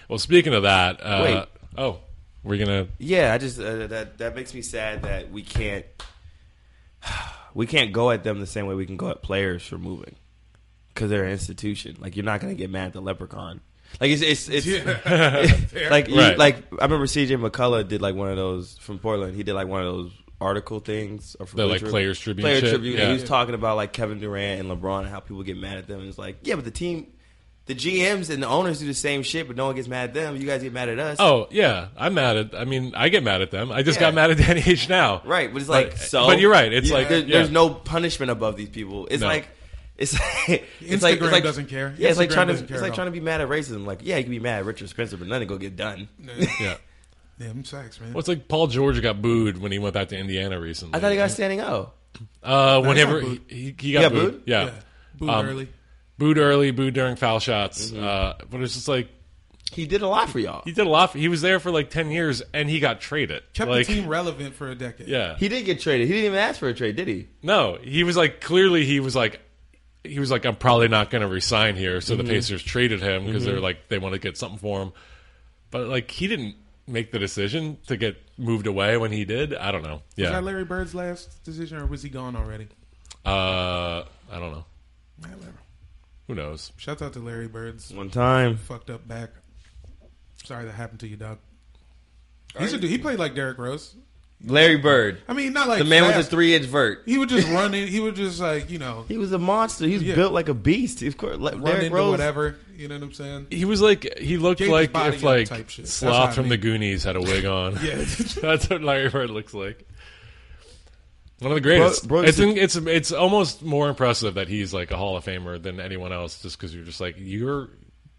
well, speaking of that, uh,
Wait.
oh, we're gonna
Yeah, I just uh, that that makes me sad that we can't we can't go at them the same way we can go at players for moving because they're an institution. Like you're not gonna get mad at the leprechaun. Like it's it's, it's
Yeah.
like you,
Right.
like I remember CJ McCullough did like one of those from Portland. He did like one of those article things or from
The, like,
Bleacher-
Players Tribune
Players
shit?
Tribune. and
Yeah.
he was talking about like Kevin Durant and LeBron and how people get mad at them. And it's like yeah, but the team. The GMs and the owners do the same shit, but no one gets mad at them. You guys get mad at us.
Oh yeah, I'm mad at. I mean, I get mad at them. I just
Yeah.
got mad at Danny H now.
Right, but it's like so.
But you're right. It's
Yeah.
like
There-
yeah.
there's no punishment above these people. It's
No.
like it's like it's like,
Instagram
it's like
doesn't care.
Yeah, it's like
Instagram
trying to
doesn't care
it's
at
like
all.
trying to be mad at racism. Like yeah, you can be mad at Richard Spencer, but nothing gonna get done.
Yeah.
Damn sacks, man.
Well, it's like Paul George got booed when he went back to Indiana recently.
I thought he got standing out.
got
Uh, whenever he,
booed.
he, he got,
got
booed.
booed?
Yeah. Um,
Yeah. Booed early.
Booed early. Booed during foul shots.
Mm-hmm.
Uh, but it's just like
He did a lot for y'all.
he did a lot. For, he was there for like ten years, and he got traded.
Kept
like,
the team relevant for a decade.
Yeah.
He did get traded. He didn't even ask for a trade, did he?
No, he was like clearly he was like he was like I'm probably not going to resign here, so the Pacers traded him because they're like they want to get something for him. But like he didn't make the decision to get moved away when he did. I don't know.
Was
Yeah.
that Larry Bird's last decision, or was he gone already?
Uh I don't know.
Nah, whatever.
Who knows?
Shout out to Larry Bird's
One time.
fucked up back. Sorry that happened to you, dog. He's a dude. He played like Derrick Rose.
Larry Bird.
I mean, not like
the man with
fast.
the three inch vert.
He would just run in. He would just like you know
He was a monster. He was
Yeah.
built like a beast. Of course, like
run
Derrick
into
Rose.
whatever. You know what I'm saying?
He was like he looked
Gave his
like
body
if
up
like
type shit. That's how
Sloth
I
from the
mean.
Goonies had a wig on.
Yeah.
That's what Larry Bird looks like. One of the greatest.
Bro- bro-
it's in, it's it's almost more impressive that he's like a Hall of Famer than anyone else, just because you're just like you're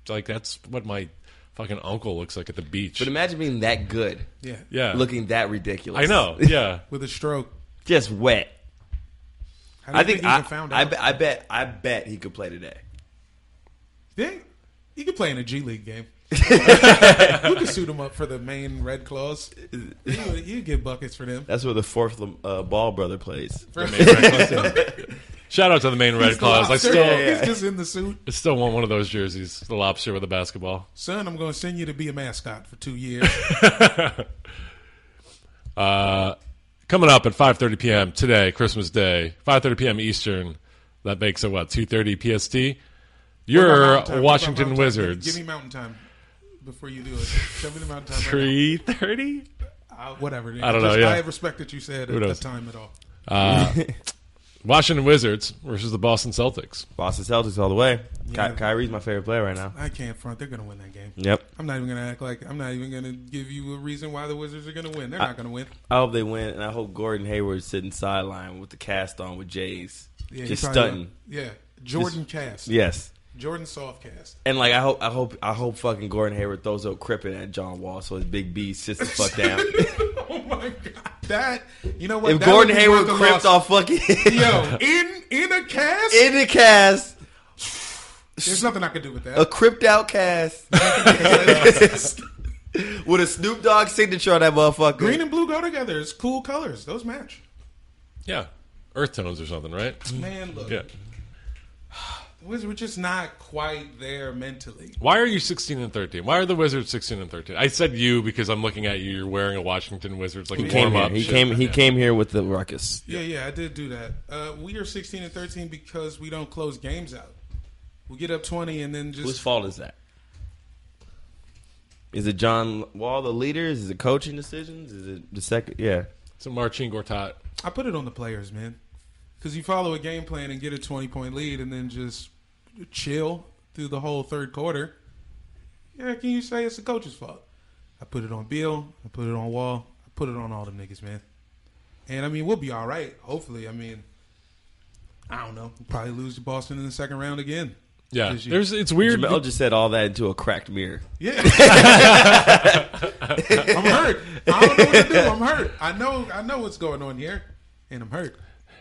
like that's what my fucking uncle looks like at the beach.
But imagine being that good,
Yeah.
yeah,
looking that ridiculous.
I know. Yeah,
With a stroke.
just wet.
How do you
I think
he even
I,
found out.
I, bet, I bet I bet he could play today.
Dang. He could play in a G League game. you could suit him up for the main Red Claws. You get buckets for them.
That's where the fourth uh, ball brother plays.
shout out to the main red claws. I still
He's just in the suit.
I still want one of those jerseys, the lobster with the basketball.
Son, I'm going to send you to be a mascot for two years.
Uh, coming up at 5:30 p.m. today, Christmas Day, 5:30 p.m. Eastern. That makes it what 2:30 PST.
What about Mountain Time?
Your
What about Mountain
Washington
Time?
Wizards.
Give, me- give me Mountain Time before you do it. Tell me the Mountain Time. Right
Three thirty.
now. Uh, whatever.
I don't know,
Just-
yeah.
I respect that you said at the
knows? Uh,
time at all.
Washington Wizards versus the Boston Celtics.
Boston Celtics all the way.
Yeah.
Ky- Kyrie's my favorite player right now.
I can't front. They're going to win that game.
Yep.
I'm not even going to act like I'm not even going to give you a reason why the Wizards are going to win. They're not going to win.
I hope they win, and I hope Gordon Hayward's sitting sideline with the cast on with Jays,
Yeah, he
just
probably
stunting.
will. Yeah, Jordan cast.
Yes.
Jordan soft cast.
And like I hope I hope I hope fucking Gordon Hayward throws up crippin at John Wall so his big B sits the fuck down.
Oh my god.
that, you know what?
If
that
Gordon
would be
Hayward
worth a
crimped
loss.
off fucking
yo in in a cast
in the cast,
There's nothing I could do with that.
a cripped out cast with a Snoop Dogg signature on that motherfucker.
Green and blue go together. It's cool colors. Those match.
Yeah, earth tones or something, right?
Man, look.
Yeah.
The Wizards were just not quite there mentally.
Why are you 16 and 13? Why are the Wizards 16 and 13? I said you because I'm looking at you. You're wearing a Washington Wizards like
He came
warm
here.
up.
He came. He came here with the ruckus.
Yeah, yeah, I did do that. Uh, we are 16 and 13 because we don't close games out. We get up 20 and then just
Whose fault is that? Is it John Wall, the leaders? Is it coaching decisions? Is it the second? Yeah.
It's a Marcin Gortat.
I put it on the players, man. Because you follow a game plan and get a 20 point lead and then just chill through the whole third quarter. Yeah, can you say it's the coach's fault? I put it on Bill. I put it on Wall. I put it on all the niggas, man. And I mean, we'll be all right, hopefully. I mean, I don't know. We'll probably lose to Boston in the second round again. This year.
Jamel just said all that into a cracked mirror.
Yeah. I'm hurt. I don't know what to do. I'm hurt. I know. I know what's going on here, and I'm hurt.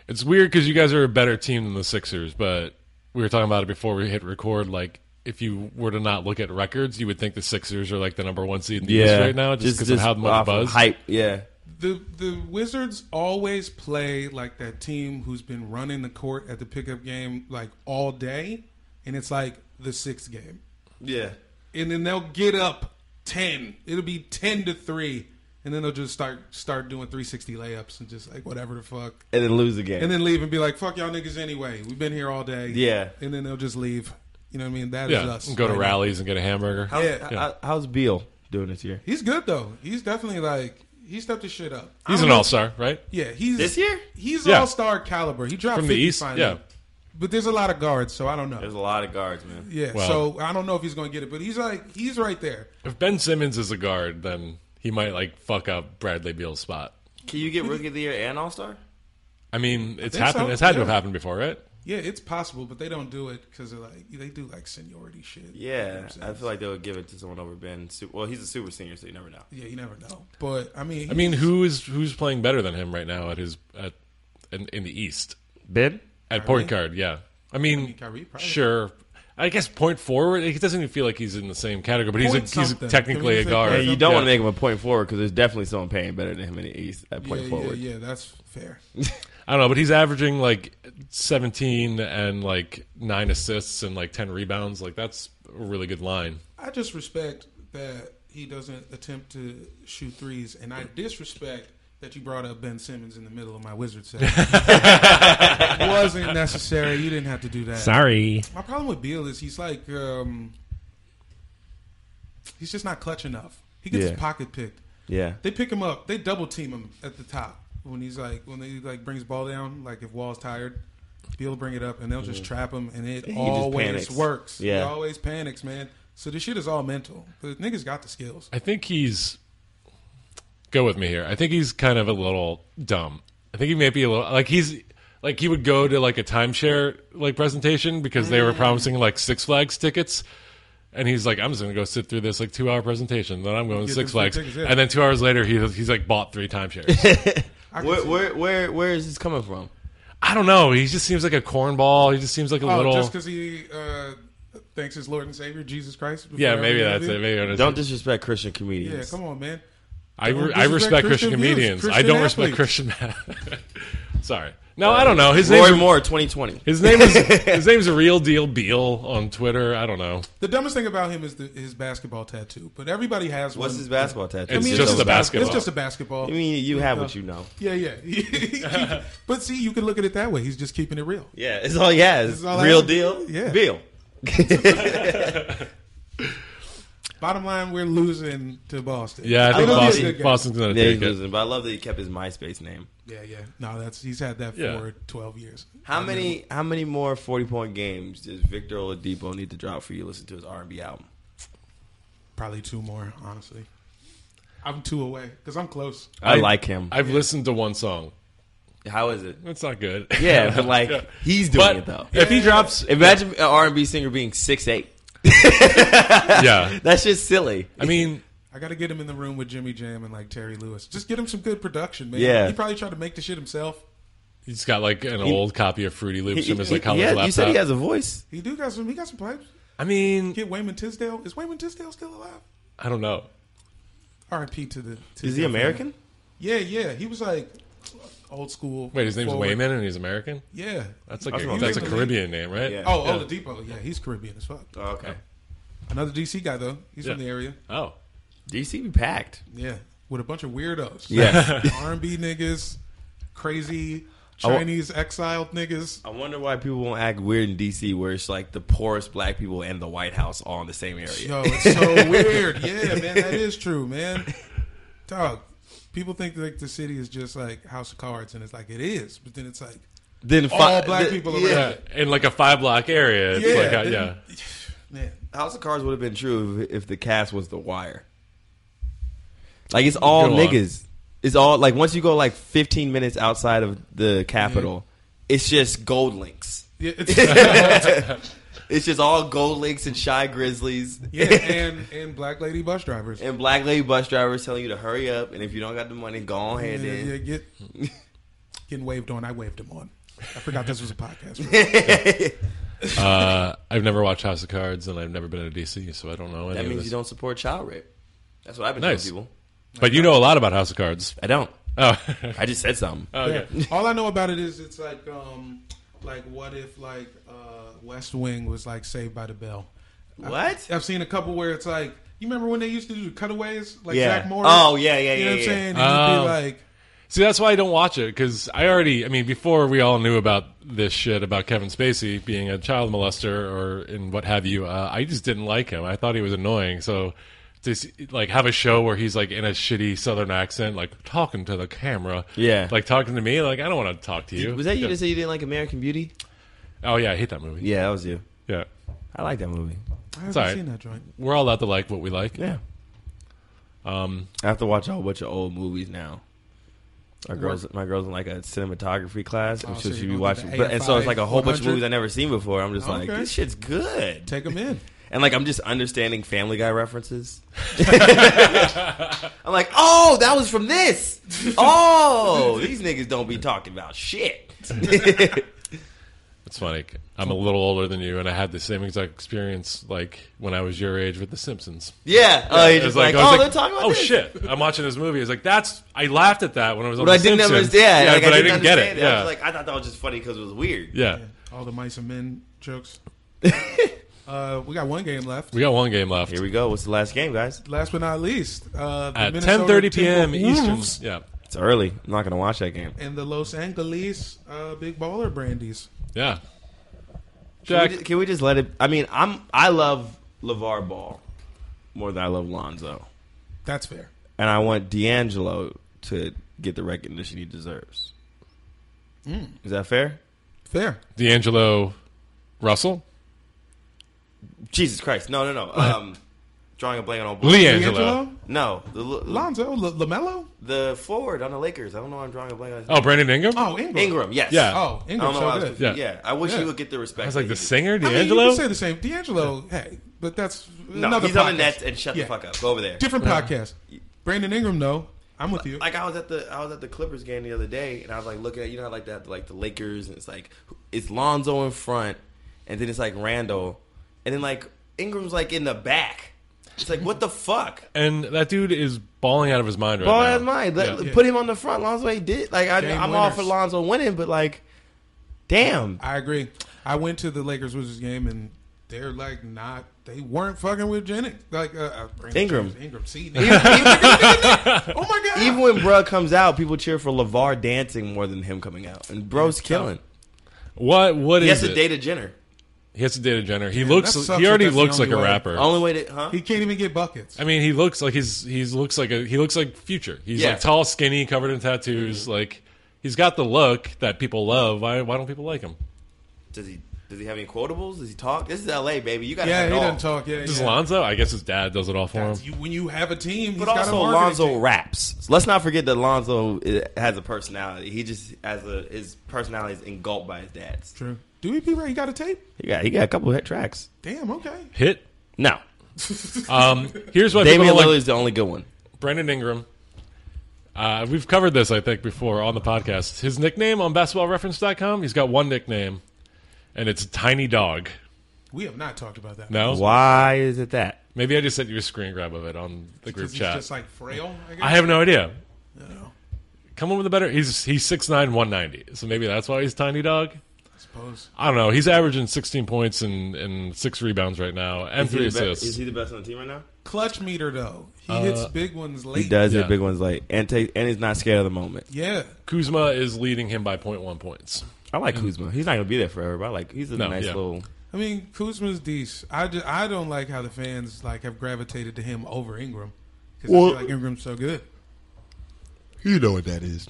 It's weird because you guys are a better team than the Sixers, but we were talking about it before we hit record. Like, if you were to not look at records, you would think the Sixers are like the number one seed in the East right now, just because of how much
off of
buzz.
hype. Yeah.
The the Wizards always play like that team who's been running the court at the pickup game like all day, and it's like the sixth game.
Yeah.
And then they'll get up ten. It'll be ten to three, and then they'll just start start doing three sixty layups and just like whatever the fuck.
And then lose the game.
And then leave and be like, "Fuck y'all niggas anyway. We've been here all day."
Yeah.
And then they'll just leave. You know what I mean? That is
yeah,
us.
and go to
right now.
rallies and get a hamburger.
How- Yeah.
How, how's Beal doing this year?
He's good though. He's definitely like he stepped his shit up. I
He's
don't
an
know-
all-star, right?
Yeah, he's
This year?
He's
Yeah.
all star caliber. He dropped
From the
50
East?
finally.
Yeah.
but there's a lot of guards, so I don't know.
There's a lot of guards, man.
yeah,
Wow.
so I don't know if he's gonna get it, but he's like he's right there.
If Ben Simmons is a guard, then he might like fuck up Bradley Beal's spot.
Can you get rookie of the year and all star?
I mean, it's
think
happened.
so,
It's had to
yeah.
have happened before, right?
Yeah, it's possible, but they don't do it because like they do like seniority shit. You know what
Yeah,
I'm saying?
I feel like they would give it to someone over Ben. Su- Well, he's a super senior, so you never know.
yeah, you never know. But I mean,
I mean, who is who's playing better than him right now at his at in, in the East?
Ben
at point guard, yeah. I mean,
Kyrie, probably.
sure. I guess point forward. It doesn't even feel like he's in the same category, but he's a,
Point
he's
something.
technically a
Can we say
guard.
Yeah, you don't
Yeah.
want to make him a point forward because there's definitely someone paying better than him in the East at point
yeah,
forward.
yeah, yeah, that's fair.
I don't know, but he's averaging like 17 and like nine assists and like 10 rebounds. Like that's a really good line.
I just respect that he doesn't attempt to shoot threes, and I disrespect that you brought up Ben Simmons in the middle of my wizard set. it wasn't necessary. You didn't have to do that.
Sorry.
My problem with Beal is he's like, um, he's just not clutch enough. He gets
Yeah.
his pocket picked.
Yeah.
They pick him up. They double team him at the top when he's like when they like brings ball down. Like if Wall's tired, Beal will bring it up and they'll
Mm-hmm.
just trap him, and it
He just
always
panics.
works. He
Yeah.
always panics, man. So this shit is all mental. The niggas got the skills.
I think he's go with me here. I think he's kind of a little dumb. I think he may be a little like he's like he would go to like a timeshare like presentation because they
Mm.
were promising like Six Flags tickets. And he's like, I'm just gonna go sit through this like two hour presentation. Then I'm going to
Get
Six
them free
Flags,
tickets, yeah.
and then two hours later, he, he's like bought three timeshares.
Where, where where where is this coming from?
I don't know. He just seems like a cornball. He just seems like a
oh,
little.
just because he uh, thanks his Lord and Savior Jesus Christ. before
Yeah,
every
maybe that's
interview?
it. Maybe that's
Don't
it.
disrespect Christian
Yeah,
comedians.
come on, man.
I,
Don't
re- I
disrespect
respect Christian,
views,
comedians. I
Christian
don't
athletes.
respect Christian. Sorry. No, I don't know. His
Roy
name
Moore, 2020.
His name is his name's real deal Beal on Twitter. I don't know.
The dumbest thing about him is the, his basketball tattoo, but everybody has one.
What's his basketball tattoo?
I mean,
It's just a
bas-
basketball.
It's just a basketball.
I mean, you have what you know.
Yeah, yeah. but see, you can look at it that way. He's just keeping it real.
Yeah, it's all he has.
It's all I
Real
have.
deal.
Yeah.
Bill.
Bottom line, we're losing to Boston.
Yeah, I think
It'll be a
Boston-
good game.
Boston's gonna
Yeah, he's
take it.
losing, but I love that he kept his MySpace name.
Yeah, yeah. No, that's he's had that for
Yeah.
twelve years.
How many how many more 40 point games does Victor Oladipo need to drop for you to listen to his R&B album?
Probably two more, honestly. I'm two away because I'm close.
I, like him.
I've listened to one song.
How is it?
That's not good.
Yeah, but like
Yeah.
he's doing
But
it though.
If he drops,
Imagine an R&B singer being six eight.
yeah,
That's just silly.
I mean,
I got to get him in the room with Jimmy Jam and like Terry Lewis. Just get him some good production, man.
Yeah.
He probably tried to make the shit himself.
He's got like an
He-
old copy of Fruity Loops
he-
from his
he-
like college
he had-
laptop.
you said he has a voice.
He do got some. He got some pipes.
I mean,
get Wayman Tisdale. Is Wayman Tisdale still alive?
I don't know.
R.I.P. to the. To
Is he
the-
American?
Yeah, yeah. He was like old school.
Wait, his name's
forward.
Wayman and he's American.
Yeah,
that's like
He
a,
was
that's a
in the
Caribbean
league.
name, right?
Oh, Oladipo. Yeah, he's Caribbean as fuck.
Oh, okay.
Another DC guy though. He's from
Yeah.
the area.
Oh,
DC be packed.
Yeah, with a bunch of weirdos.
Yes.
R&B niggas, crazy
I wa-
Chinese exiled niggas.
I wonder why people won't act weird in DC, where it's like the poorest black people and the White House all in the same area.
Yo, it's so weird. Yeah, man, that is true, man. Dog, people think like the city is just like House of Cards, and it's like it is, but then it's like all
fi-
black
the-
people
yeah.
around.
in like a five block area. It's
Yeah,
like, uh,
then-
yeah.
Man.
House of Cards would have been true if, if the cast was The Wire. Like it's all
Go on.
niggas. It's all like once you go like 15 minutes outside of the capital, it's just gold links.
Yeah,
it's, just all gold links and shy grizzlies.
Yeah, and and black lady bus drivers.
and black lady bus drivers telling you to hurry up, and if you don't got the money, go on
Yeah,
ahead. then.
yeah, get getting waved on. I waved him on. I forgot this was a podcast.
Uh, I've never watched House of Cards and I've never been to DC, so I don't know. Any
that
of
means
this.
you don't support child rape. That's what I've been
nice.
telling people.
But you know a lot about House of Cards.
I don't.
Oh,
I just said something.
Oh, okay.
Yeah. All I know about it is it's like um like what if like uh West Wing was like Saved by the Bell. What? I've, seen a couple where it's like you remember when they used to do the cutaways like
Yeah.
Zach Morris?
Oh, yeah, yeah,
You know
yeah,
what I'm
yeah.
saying? It would
Oh.
be like
See, that's why I don't watch it because I already. I mean, before we all knew about this shit about Kevin Spacey being a child molester or and what have you, uh, I just didn't like him. I thought he was annoying. So to s- like have a show where he's like in a shitty Southern accent, like talking to the camera,
Yeah.
like talking to me, like I don't want to talk to you.
Was that you
Yeah.
that said you didn't like American Beauty?
Oh yeah, I hate that movie.
Yeah, that was you.
Yeah,
I like that movie.
I
It's
haven't
all right.
seen that joint.
We're all allowed to like what we like.
Yeah.
Um,
I have to watch a whole bunch of old movies now. My girls, my girls in like a cinematography class, and
Oh,
so
so
she
you're
be
going to the
watching. But, and so it's like a whole bunch of
100?
movies I never seen before. I'm just like,
Okay.
this shit's good.
Take 'em in.
And like I'm just understanding Family Guy references. I'm like, oh, that was from this. Oh, these niggas don't be talking about shit.
It's funny. I'm a little older than you, and I had the same exact experience like when I was your age with The Simpsons.
Yeah. Oh, you're
It was
just like,
I was
"Oh, they're talking about
oh
this."
shit! I'm watching this movie. It's like that's. I laughed at that when I was on
But I
The
didn't
Simpsons.
understand.
Yeah,
like,
but I didn't, get it.
understand I
Yeah.
was like, I thought that was just funny because it was weird.
yeah.
All the mice and men jokes. uh we got one game left.
We got one game left.
Here we go. What's the last game, guys?
Last but not least, uh the
At
Minnesota
10:30 p.m.
Timberwolves
Eastern. Yeah.
It's early. I'm not gonna watch that game.
And the Los Angeles uh big baller brandies.
Yeah.
Can we, just, can we just let it? I mean, I'm I love Levar Ball more than I love Lonzo,
That's fair.
and I want D'Angelo to get the recognition he deserves.
Mm.
Is that fair?
Fair.
D'Angelo Russell.
Jesus Christ! No, no, no. Um, drawing a blank on old
Leangelo. Leangelo?
No, the L-
Lonzo, L- Lamelo,
the forward on the Lakers. I don't know. why I'm drawing a blank on. His
Oh, Brandon Ingram.
Oh, Ingram.
Ingram. Yes.
Yeah.
Oh, Ingram,
I don't know
so
why I was
good.
confused.
Yeah.
Yeah. I wish
Yeah.
he would get the respect.
I was like the
that he-
singer
I mean, you
D'Angelo.
can say the same. D'Angelo, hey, but that's
No,
another
he's on the
podcast.
Nets and shut the fuck up. Go over there.
Different
Yeah.
podcast. Brandon Ingram, though, I'm with you.
Like I was at the I was at the Clippers game the other day, and I was like looking at you know how like that like the Lakers, and it's like it's Lonzo in front, and then it's like Randall, and then like Ingram's like in the back. It's like what the fuck?
And that dude is balling out of his mind right
Ball
now.
out of mind. Let-
Yeah.
Put him on the front. Lonzo ain't did like I,
Game
I'm all
winners.
for Lonzo winning, but like, damn.
I agree. I went to the Lakers Wizards game and. They're like not. They weren't fucking with Jennings. Like uh, uh, Brandon
Ingram.
James, Ingram. See,
Even-
nigga.
even-
oh my god.
Even when Bruh comes out, people cheer for Levar dancing more than him coming out, and Bro's killing.
What? What
he
is
has to
it?
date a Jenner.
He has to date a Jenner. He
Yeah,
looks.
that sucks
He
that
already
that's the
looks like
only
a
way.
rapper.
Only way to, huh?
He can't even get buckets.
I mean, he looks like he's he's looks like a he looks like future. He's
Yeah. Mm-hmm.
like tall, skinny, covered in tattoos. Like he's got the look that people love. Why why don't people like him?
Does he? Does he have any quotables? Does he talk? This is L.A. baby. You got
Yeah,
have it
he
all.
doesn't talk. Yeah,
Does
yeah.
Lonzo? I guess his dad does it all for him.
You, when you have a team,
But
he's
also
got a marketing
Lonzo
team.
raps. So let's not forget that Lonzo uh, has a personality. He just has a his personality is engulfed by his dad's.
True. Do we be right? You got a tape?
He got he got a couple of hit tracks.
Damn. Okay.
Hit
No,
Um, here's why
Damian
people
Lillard's
don't like
the only good one.
Brandon Ingram. Uh, we've covered this, I think, before on the podcast. His nickname on BasketballReference.com, he's got one nickname, and it's Tiny Dog.
We have not talked about that.
No,
why is it that?
Maybe I just sent you a screen grab of it on the group
Because he's
chat.
just, like, frail, I guess?
I have no idea. Come up with a better. He's he's six nine one ninety, so maybe that's why he's tiny dog. I
suppose.
I don't know. He's averaging sixteen points and, and six rebounds right now, and
Is he
three
the be-
assists.
is he the best on the team right now?
Clutch meter though. He
Uh,
hits big ones late.
He does
Yeah.
hit big ones late, and take, and he's not scared of the moment.
Yeah.
Kuzma is leading him by 0.1 points.
I like Kuzma. He's not gonna be there forever, but I like he's a
No,
nice
yeah.
little.
I mean, Kuzma's decent. I, ju- I don't like how the fans like have gravitated to him over Ingram because I
Well-
feel like Ingram's so good.
You know what that is.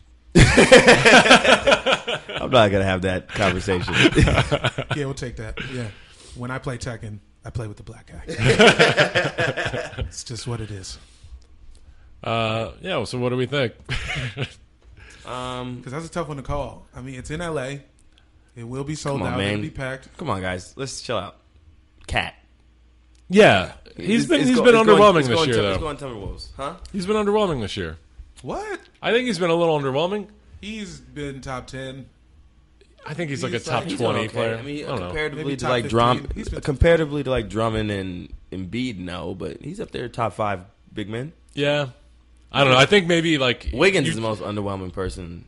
I'm not gonna have that conversation.
yeah, we'll take that. Yeah. When I play Tekken, I play with the black guy. it's just what it is.
Uh, yeah. well, So what do we think?
Um,
Because that's a tough one to call. I mean, it's in LA. It will be sold
come on,
out.
man.
It'll be packed.
Come on, guys. Let's chill out. Cat.
yeah,
It's-
he's been
it's
he's
go-
been
it's going-
underwhelming
it's
this
going
year
Tim-
though.
it's going Timberwolves, huh?
He's been underwhelming this year.
What?
I think he's been a little underwhelming.
He's been top ten.
I think he's like a top
He's doing
20
okay.
player.
I mean,
don't know.
comparatively
Maybe
to
top
like
15.
Drum,
He's been-
comparatively to like Drummond and Embiid, no, but he's up there top five big men.
Yeah. I don't know. I think maybe like
Wiggins
you-
is the most underwhelming person.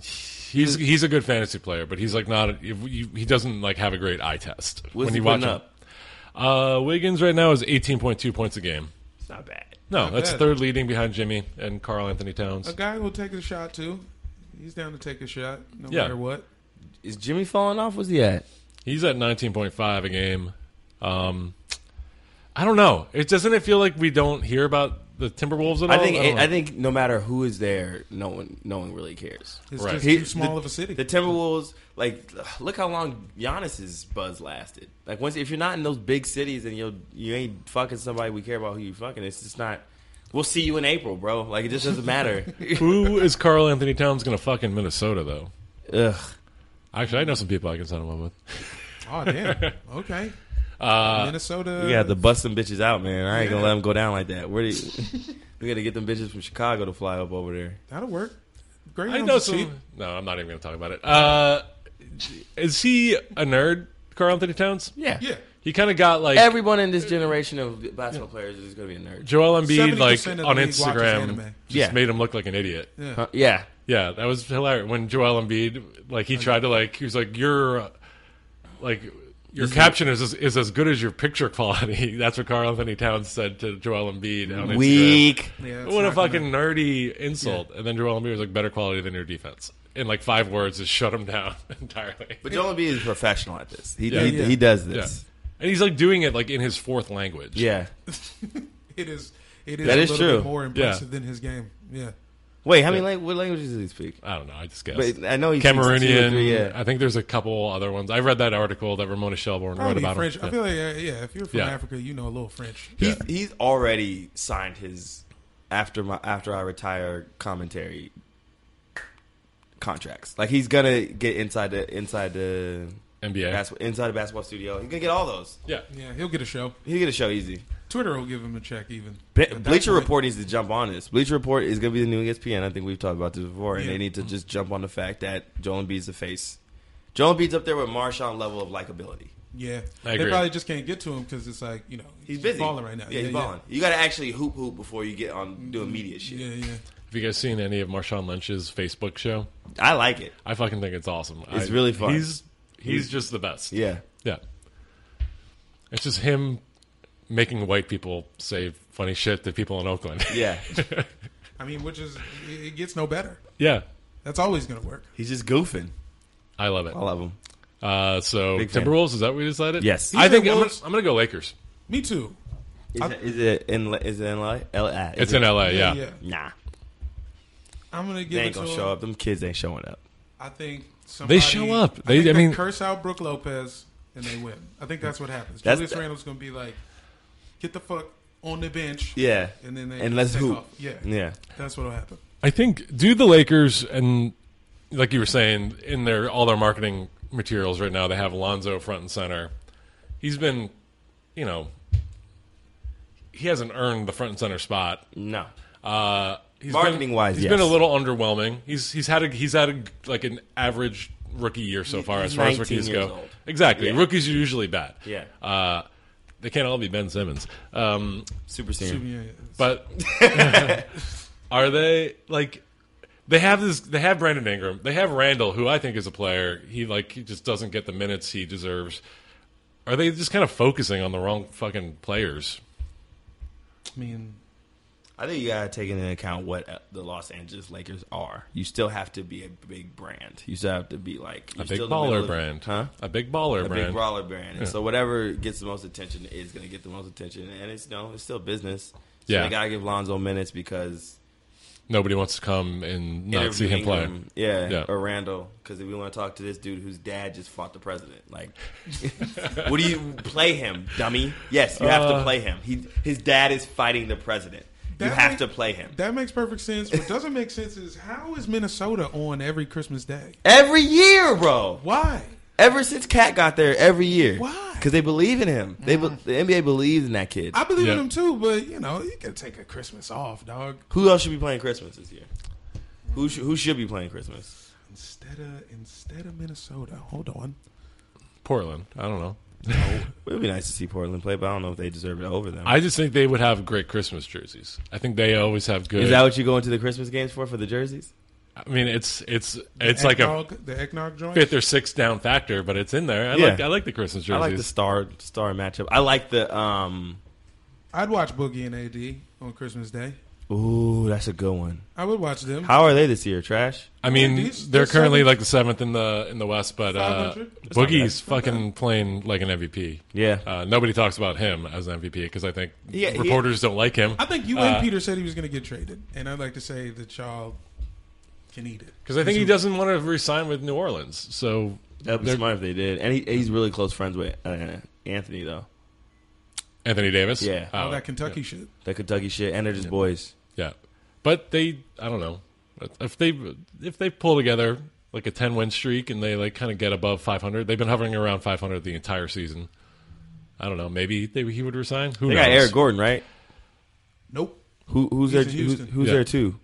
He's he's a good fantasy player, but he's like not. if you- He doesn't like have a great eye test
What's
when
he
you watch
putting
him. Uh, Wiggins right now is eighteen point two points a game.
It's not bad.
No,
Not
that's
bad.
third leading behind Jimmy and Carl Anthony Towns.
A guy will take a shot too. He's down to take a shot no
Yeah.
matter what.
Is Jimmy falling off? What's he at?
He's at nineteen point five a game. Um, I don't know. It doesn't it feel like we don't hear about the Timberwolves at all?
I think
don't know.
I, think no matter who is there, no one no one really cares.
It's Right. just too small of a city.
The Timberwolves, like, look how long Giannis's buzz lasted. Like, once if you're not in those big cities and you you ain't fucking somebody we care about who you fucking, it's just not. We'll see you in April, bro. Like, it just doesn't matter.
Who is Carl Anthony Towns going to fuck in Minnesota though?
Ugh.
Actually, I know some people I can send him up with.
Oh damn. Okay.
Uh,
Minnesota.
We got to bust some bitches out, man. I ain't gonna let them go down like that. Where do you, we got to get them bitches from Chicago to fly up over there?
That'll work. Great.
I
homes
know
are
some.
cheap.
No, I'm not even going to talk about it. Uh, is he a nerd, Carl Anthony Towns?
Yeah.
Yeah.
He kind of got like
Everyone in this generation of basketball players is gonna be a nerd.
Joel Embiid,
70%
like
of the
on
league watches
Instagram,
anime.
just
Yeah.
made him look like an idiot.
Yeah. Huh? Yeah.
Yeah, that was hilarious. When Joel Embiid,
Oh,
like, he tried to like, he was like, "Your, uh, like, your
Isn't it-
caption is as, is as good as your picture quality." That's what Carl Anthony Towns said to Joel Embiid on Instagram.
Weak.
Yeah, that's
what a
not gonna-
fucking nerdy insult! And then Joel Embiid was like, "Better quality than your defense." In like five words, just shut him down entirely.
But Joel Embiid is a professional at this. He he, he does this.
Yeah. and he's like doing it like in his fourth language.
Yeah.
It is. It is.
That
a
is
little
true.
Bit more
Yeah.
impressive than his game. Yeah.
Wait, how many lang- what languages does he speak?
I don't know. I just guess.
But I know he speaks two or
Cameroonian.
three, yeah.
I think there's a couple other ones. I read that article that Ramona Shelbourne wrote
Probably
about
French.
him.
I feel like uh, yeah. If you're from
Yeah.
Africa, you know a little French.
He's he's already signed his after my after I retire commentary contracts. Like he's gonna get inside the inside the
NBA
basketball, inside the basketball studio. He's gonna get all those.
Yeah.
Yeah. He'll get a show.
He'll get a show easy.
Twitter will give him a check even.
Ble-
At that
Bleacher
point-
Report needs to jump on this. Bleacher Report is going to be the new E ESPN. I think we've talked about this before, and
Yeah.
they need to just jump on the fact that Joel Embiid's the face. Joel Embiid's up there with Marshawn level of likability.
Yeah.
I
They
agree.
probably just can't get to him because it's like you know
He's busy
balling right now.
Yeah, he's balling. You got to actually hoop hoop before you get on doing media shit.
Yeah, yeah.
Have you guys seen any of Marshawn Lynch's Facebook show?
I like it.
I fucking think it's awesome.
It's
I-
really fun.
He's he's just the best.
Yeah.
Yeah. It's just him making white people say funny shit to people in Oakland.
Yeah.
I mean, which is it it gets no better.
yeah.
That's always gonna work.
He's just goofing.
I love it. I
love him.
Uh, so
Big fan.
Timberwolves, is that what we decided?
Yes.
I think I'm gonna,
Timberwolves-
I'm gonna go Lakers.
Me too.
Is, it, is it in L- is it in LA? L- uh, is
It's
it-
in LA, yeah.
Yeah.
Nah,
I'm gonna give
they
it
ain't
to
gonna
him.
show up. Them kids ain't showing up.
I think somebody,
They show up.
I,
They-
think
I mean-
curse out Brooke Lopez and they win. I think that's what happens.
That's-
Julius Randle's gonna be like, get the fuck on the bench.
Yeah.
and then they
And let's
take
hoop.
Off. Yeah,
Yeah.
That's what'll happen.
I think do the Lakers and like you were saying in their all their marketing materials right now they have Alonzo front and center. He's been, you know, he hasn't earned the front and center spot.
No.
Uh, he's been,
Marketing-wise,
he's
yes.
been a little underwhelming. He's he's had a, he's had a, like an average rookie year so far as
He's
far as
19
rookies
years
go.
old.
Exactly,
Yeah.
rookies are usually bad.
Yeah.
uh, they can't all be Ben Simmons. Um,
Super senior. Super- yeah, yeah.
but are they like? They have this. They have Brandon Ingram. They have Randall, who I think is a player. He like he just doesn't get the minutes he deserves. Are they just kind of focusing on the wrong fucking players?
I mean,
I think you gotta take into account what uh, the Los Angeles Lakers are. You still have to be a big brand. You still have to be like
A
you're
big
still in the
baller
middle of-
brand.
huh?
A big baller
a
brand.
big baller brand. And
Yeah.
so whatever gets the most attention is gonna get the most attention, and it's no, it's still business. So
Yeah.
they gotta give Lonzo minutes because
Nobody wants to come and not see him play.
Ingram, um, Yeah,
yeah.
or Randall, because we want to talk to this dude whose dad just fought the president. Like, what do you play him, dummy? Yes, you have to
Uh,
play him. He, his dad is fighting the president. You
That
have
make-
to play him.
That makes perfect sense. What doesn't make sense is how is Minnesota on every Christmas day?
Every year, bro.
Why?
Ever since Cat got there, every year.
Why?
Because they believe in him. They be- the NBA believes in that kid.
I believe in them too, but you know, you can take a Christmas off, dog.
Who else should be playing Christmas this year? Who sh- who should be playing Christmas?
Instead of instead of Minnesota, hold on.
Portland. I don't know.
it would be nice to see Portland play, but I don't know if they deserve it over them.
I just think they would have great Christmas jerseys. I think they always have good.
Is that what you go into the Christmas games for? For the jerseys?
I mean, it's it's
The
it's like a
eggnog- the eggnog joint?
fifth or sixth down factor, but it's in there. I like I like the Christmas
I
jerseys.
like the star star matchup. I like the um.
I'd watch Boogie and AD on Christmas Day.
Ooh, that's a good one.
I would watch them.
How are they this year? Trash.
I mean,
Yeah,
they're,
these- they're
currently
seventh.
like the seventh in the in the West, but uh,
500? That's not
Boogie's
bad. Not
fucking playing like an MVP.
Yeah,
uh, nobody talks about him as an MVP because I think
Yeah, he-
reporters don't like him.
I think you
Uh,
and Peter said he was going to get traded, and I'd like to say that y'all can eat it
Because I think he doesn't want to resign with New Orleans. So
That'd be
they're-
smart if they did. And he, he's really close friends with uh, Anthony though.
Anthony Davis.
Yeah,
Oh,
all that Kentucky shit.
That Kentucky shit, and they're just boys.
Yeah, but they I don't know if they if they pull together like a ten win streak and they like kind of get above five hundred. They've been hovering around five hundred the entire season. I don't know. Maybe they, he would resign. Who
they
knows?
got Eric Gordon, right?
Nope.
Who who's
He's
there?
in
Who's,
Houston.
who's
Yeah.
there too?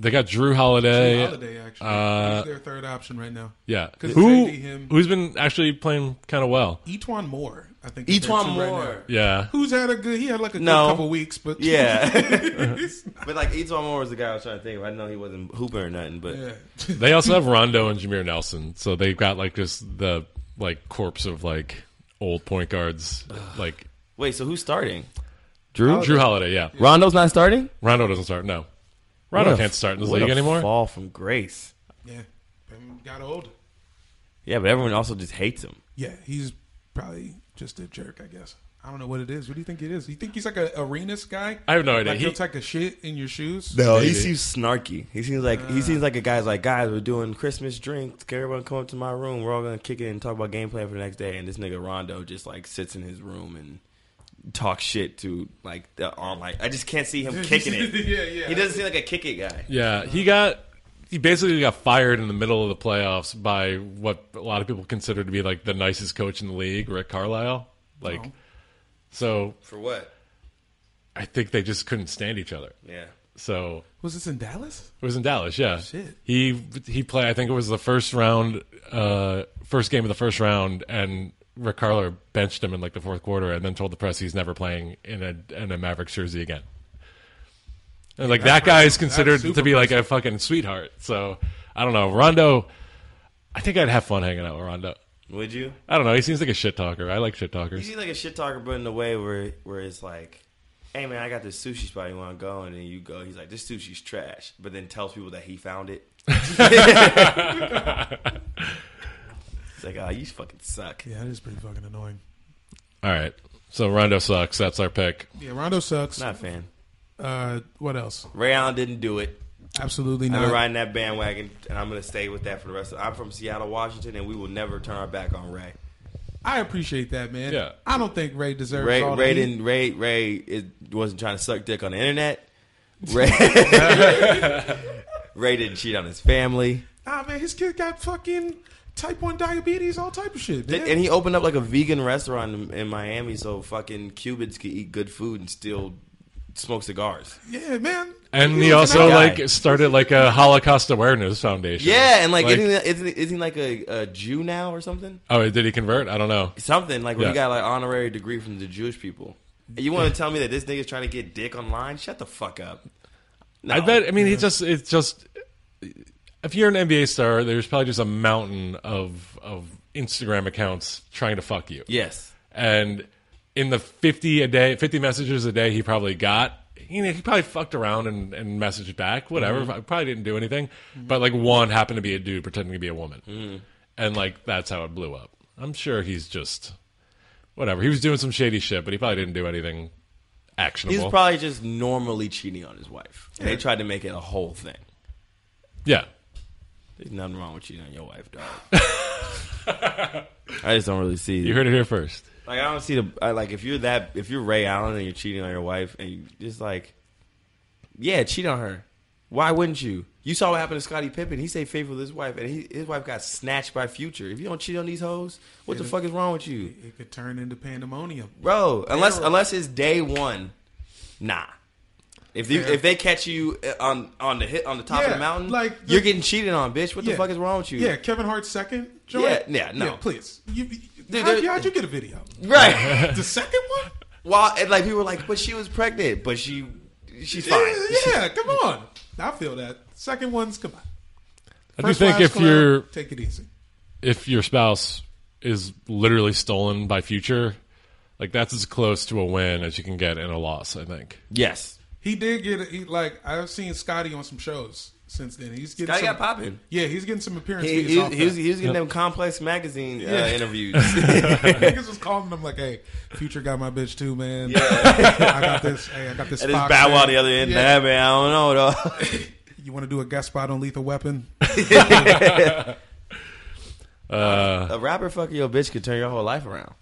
They got Drew Holiday.
Drew Holiday, actually.
Uh,
He's their third option right now.
Yeah.
'Cause
Who
it's AD, him.
who's been actually playing kind of well.
Etwan Moore, I think. is their
Etwan
two right
Moore.
now.
Yeah.
Who's had a good? He had like a good
No.
couple weeks, but
Yeah, but like Etwan Moore was the guy I was trying to think of. I know he wasn't hooping or nothing, but
they also have Rondo and Jameer Nelson, so they've got like just the like corpse of like old point guards. Like
wait, so who's starting?
Drew Drew Holiday, yeah.
Rondo's not starting.
Rondo doesn't start. No, Rondo can't start in this
what
league
a
anymore.
Fall from grace.
yeah, Bam got old.
Yeah, but everyone also just hates him.
Yeah, he's probably just a jerk. I guess. I don't know what it is. What do you think it is? You think he's like a arenas guy?
I have no idea.
Like
He-
he'll take a shit in your shoes.
No, he seems snarky. He seems like he seems like a guy's like, guys, we're doing Christmas drinks. Can everyone come up to my room? We're all gonna kick it and talk about game plan for the next day. And this nigga Rondo just like sits in his room and talks shit to like the online. I just can't see him kicking it.
Yeah, yeah.
He doesn't seem like a kick it guy.
Yeah, he got he basically got fired in the middle of the playoffs by what a lot of people consider to be like the nicest coach in the league, Rick Carlisle. Like,
Oh.
so
For what?
I think they just couldn't stand each other.
Yeah.
So
Was this in Dallas?
It was in Dallas, yeah.
Shit.
He he played. I think it was the first round, uh, first game of the first round, and Rick Carler benched him in like the fourth quarter, and then told the press he's never playing in a in a Mavericks jersey again. And like
That's
that guy
impressive.
is considered
That's
to
super
be like a fucking sweetheart. So I don't know, Rondo. I think I'd have fun hanging out with Rondo.
Would you?
I don't know. He seems like a shit talker. I like shit
He
talkers.
seems like a shit talker, but in a way where where it's like, hey man, I got this sushi spot you want to go, and then you go. He's like, this sushi's trash, but then tells people that he found it. it's like, oh, you fucking suck.
Yeah, that is pretty fucking annoying.
All right. So Rondo sucks. That's our pick.
Yeah, Rondo sucks.
Not a fan.
Uh, what else?
Ray Allen didn't do it.
Absolutely
I've
not.
been riding that bandwagon, and I'm gonna stay with that for the rest. of I'm from Seattle, Washington, and we will never turn our back on Ray.
I appreciate that, man.
Yeah.
I don't think Ray deserves
Ray,
all
Ray
the heat.
didn't. Ray, Ray is, wasn't trying to suck dick on the internet. Ray, Ray didn't cheat on his family.
Ah, Nah, man, his kid got fucking type one diabetes, all type of shit.
Th-
man.
And he opened up like a vegan restaurant in, in Miami, so fucking Cubans could eat good food and still smoke cigars.
yeah, man.
And
He
he
was a
also
nice guy.
like started like a Holocaust awareness foundation.
Yeah, and like, isn't, he- isn't, he- isn't he like a, a Jew now or something?
oh, did he convert? I don't know.
Something like when
Yeah.
he got like honorary degree from the Jewish people. And you want to tell me that this nigga's trying to get dick online? Shut the fuck up.
I bet. I mean, he just it's just if you're an NBA star, there's probably just a mountain of of Instagram accounts trying to fuck you.
Yes.
And in the 50 a day, 50 messages a day he probably got, you know, he probably fucked around and, and messaged back, whatever.
Mhm.
Probably didn't do anything.
Mhm.
But like one happened to be a dude pretending to be a woman.
Mm.
And like that's how it blew up. I'm sure he's just whatever. He was doing some shady shit, but he probably didn't do anything actionable.
He was probably just normally cheating on his wife. And They tried to make it a whole thing.
Yeah.
There's nothing wrong with cheating on your wife, dog. I just don't really see.
You heard it here first.
Like I don't see the I, like if you're that if you're Ray Allen and you're cheating on your wife and you just like, yeah, cheat on her. Why wouldn't you? You saw what happened to Scottie Pippen. He stayed faithful to his wife, and he, his wife got snatched by Future. If you don't cheat on these hoes, what the
It-
fuck is wrong with you?
It could turn into pandemonium,
bro. Unless
Terror.
unless it's day one, nah. If you,
Yeah.
if they catch you uh, on on the hit on the top of
Yeah,
the mountain,
like the-
you're getting cheated on, bitch. What the fuck is wrong with you?
Yeah, Kevin Hart's second. Joint?
Yeah, yeah, no.
please. You, you-
Dude,
how,
there-
how'd you get a video?
Right.
the second one.
Well, and like people were like, but she was pregnant, but she she's fine.
Yeah, come on. I feel that. Second one's come on.
I do
First
think
wives
if
come out,
you're
take it easy.
if your spouse is literally stolen by future, like that's as close to a win as you can get in a loss. I think.
Yes.
He did get he, like I've seen Scotty on some shows since then. He's getting
Scotty
some,
got popping.
Yeah, he's getting some appearance.
He,
fees
he,
off
he was,
that.
he was getting them complex magazine uh,
Yeah.
interviews.
Niggas was calling him like, "Hey, Future got my bitch too, man. I got this. Hey, I got this.
And it's
Fox,
Bow Wow
man.
the other end.
Yeah.
Nah, man, I don't know, dog.
You want to do a guest spot on Lethal Weapon?
a rapper fucking your bitch could turn your whole life around.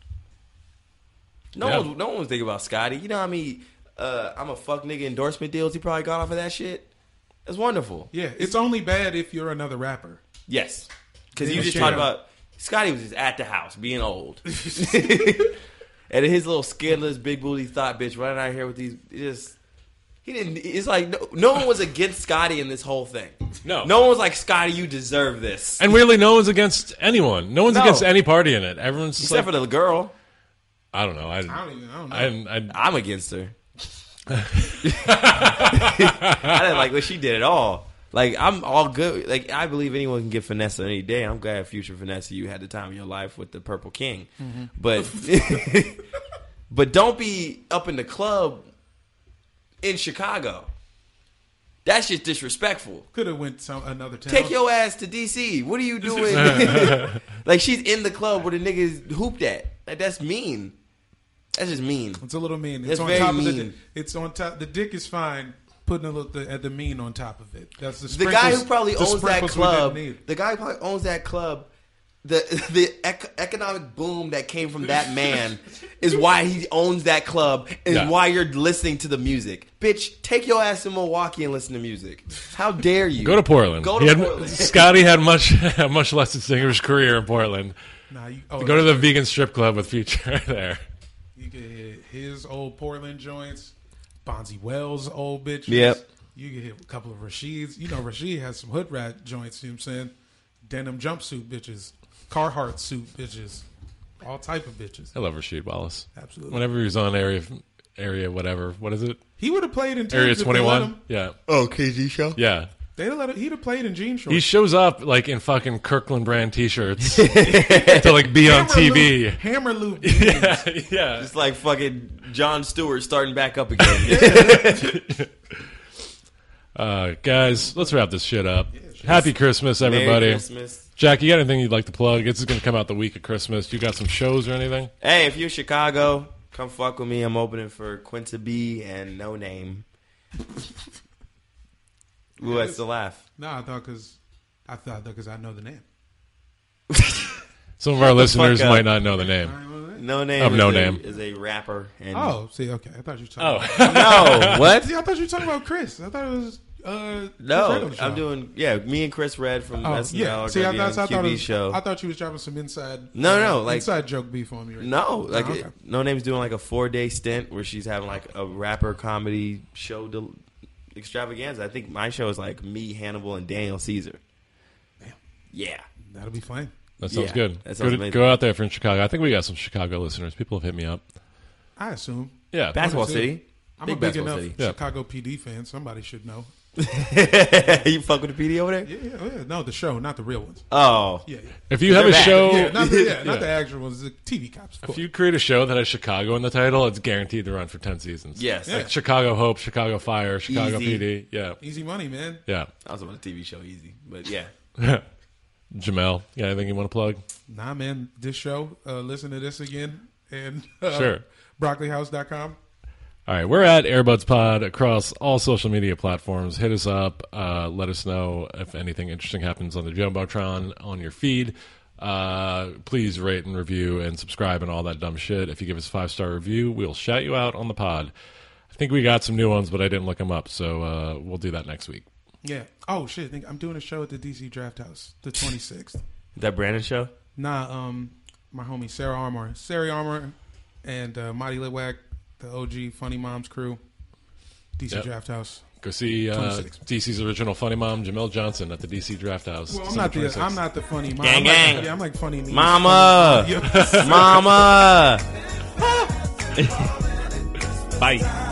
No
Yeah.
one, no one was thinking about Scotty. You know how many uh, I'm a fuck nigga endorsement deals he probably got off of that shit. It's wonderful.
yeah, it's only bad if you're another rapper.
Yes, because
Then
you
you
just
share.
talked about Scotty was just at the house being old, and his little scandalous big booty thought bitch running out here with these just. He didn't. It's like no, no one was against Scotty in this whole thing.
No,
no one was like Scotty. You deserve this,
And weirdly, no one's against anyone. No one's
No.
against any party in it. Everyone's just
except for
like,
the girl.
I don't know. I,
I don't even- I don't know.
didn't- I,
I'm against her. I didn't like what she did at all. Like I'm all good. Like I believe anyone can get finesse on any day. I'm glad future finesse you had the time of your life with the Purple King,
Mhm.
but but don't be up in the club in Chicago. That's just disrespectful.
Could have went some another town.
Take your ass to DC. What are you doing? like she's in the club where the niggas hooped at. Like that's mean. That's just mean.
It's a little mean.
That's
It's on
very
top
mean.
of the. It's on top. The dick is fine. Putting a little the, at the mean on top of it. That's the.
the guy
sprinkles-
who probably
the
owns that
sprinkles we didn't
club,
need.
the guy who probably owns that club, the the ec- economic boom that came from that man is why he owns that club and
Yeah.
why you're listening to the music. Bitch, take your ass to Milwaukee and listen to music. How dare you?
go to Portland.
Go
He
to
had-
Portland.
Scotty had much a much less distinguished career in Portland.
Nah, you- oh,
go to the vegan strip club with Future there.
You could hit his old Portland joints, Bonzi Wells' old bitches.
Yep.
You could hit a couple of Rashid's. You know, Rashid has some hood rat joints, you know what I'm saying? Denim jumpsuit bitches, Carhartt suit bitches, all type of bitches.
I love Rasheed Wallace.
Absolutely.
Whenever he was on area area whatever, what is it?
He would've played in
area
Tubes if they
twenty
let
one.
him.
Yeah.
Oh, KG show.
Yeah.
They'd have let him, he'd have played in jean shorts.
He shows up like in fucking Kirkland brand T-shirts to like be on
Hammer
TV.
loop- hammer loop.
yeah.
Just like fucking John Stewart starting back up again.
Uh, guys, let's wrap this shit up. Happy Christmas,
Merry
everybody!
Christmas.
Jack, you got anything you'd like to plug? This is going to come out the week of Christmas. You got some shows or anything?
Hey, if you're Chicago, come fuck with me. I'm opening for Quinta B and No Name. Ooh, that's the laugh.
No, I thought because I thought because I know the name.
Some of
Shut
our
the
listeners
fuck up.
might not know the name.
No name.
Of
is
no
a-
name.
is a rapper. And
Oh, see, okay, I thought you were talking.
Oh.
about-
No, what?
See, I thought you were talking about Chris. I thought it was. Uh, Chris
No,
Redd's
I'm
show?
doing yeah. Me and Chris Red from
Oh,
SNL are
See,
gonna
I,
be
that's- I
on
thought
QB
it was,
show.
I thought you was dropping some inside.
No,
uh,
no, like
inside joke beef on me. Right
No,
now.
like
Oh, okay.
it- no name's doing like a four day stint where she's having like a rapper comedy show del- extravaganza. I think my show is like me, Hannibal, and Daniel Caesar. Yeah,
that'll be fine.
That sounds
Yeah,
good.
that sounds
go, to,
amazing.
go out there from Chicago. I think we got some Chicago listeners. People have hit me up.
I assume.
Yeah. Basketball
Honestly,
city.
I'm
Big
a big
basketball
enough
city. Yeah.
Chicago PD fan. Somebody should know.
you fuck with the PD over there?
Yeah, yeah, yeah. No, the show, not the real ones.
Oh.
yeah. yeah.
If you have a
Yeah,
show,
yeah, not the, yeah, not the actual ones. The TV cops.
If you create Oh. a show that has Chicago in the title, it's guaranteed to run for ten seasons.
Yes.
like
Yeah.
Chicago Hope, Chicago Fire, Chicago
Easy.
PD. Yeah,
Easy money, man.
yeah.
I was on a TV show, easy, but yeah.
Jamel, you got anything you want to plug?
Nah, man. This show. Uh, listen to this again, and uh,
Sure.
BroccoliHouse.com.
All right, we're at Airbuds Pod across all social media platforms. Hit us up. Uh, let us know if anything interesting happens on the Jumbotron on your feed. Uh, please rate and review and subscribe and all that dumb shit. If you give us a five star review, we'll shout you out on the pod. I think we got some new ones, but I didn't look them up, so uh, we'll do that next week.
Yeah. Oh shit! I think I'm doing a show at the DC Draft House the 26th.
that Brandon show?
Nah, um, my homie Sarah Armour, Sarah Armour, and uh, Marty Litwack, the OG Funny Moms crew, DC
Yep.
Draft House.
Go see uh,
26.
DC's original funny mom, Jamel Johnson, at the DC Draft House.
Well, I'm
December
not the
26th.
I'm not the funny mom.
Gang,
I'm
gang.
Like, yeah, I'm like funny me.
Mama,
Yeah.
mama. Bye.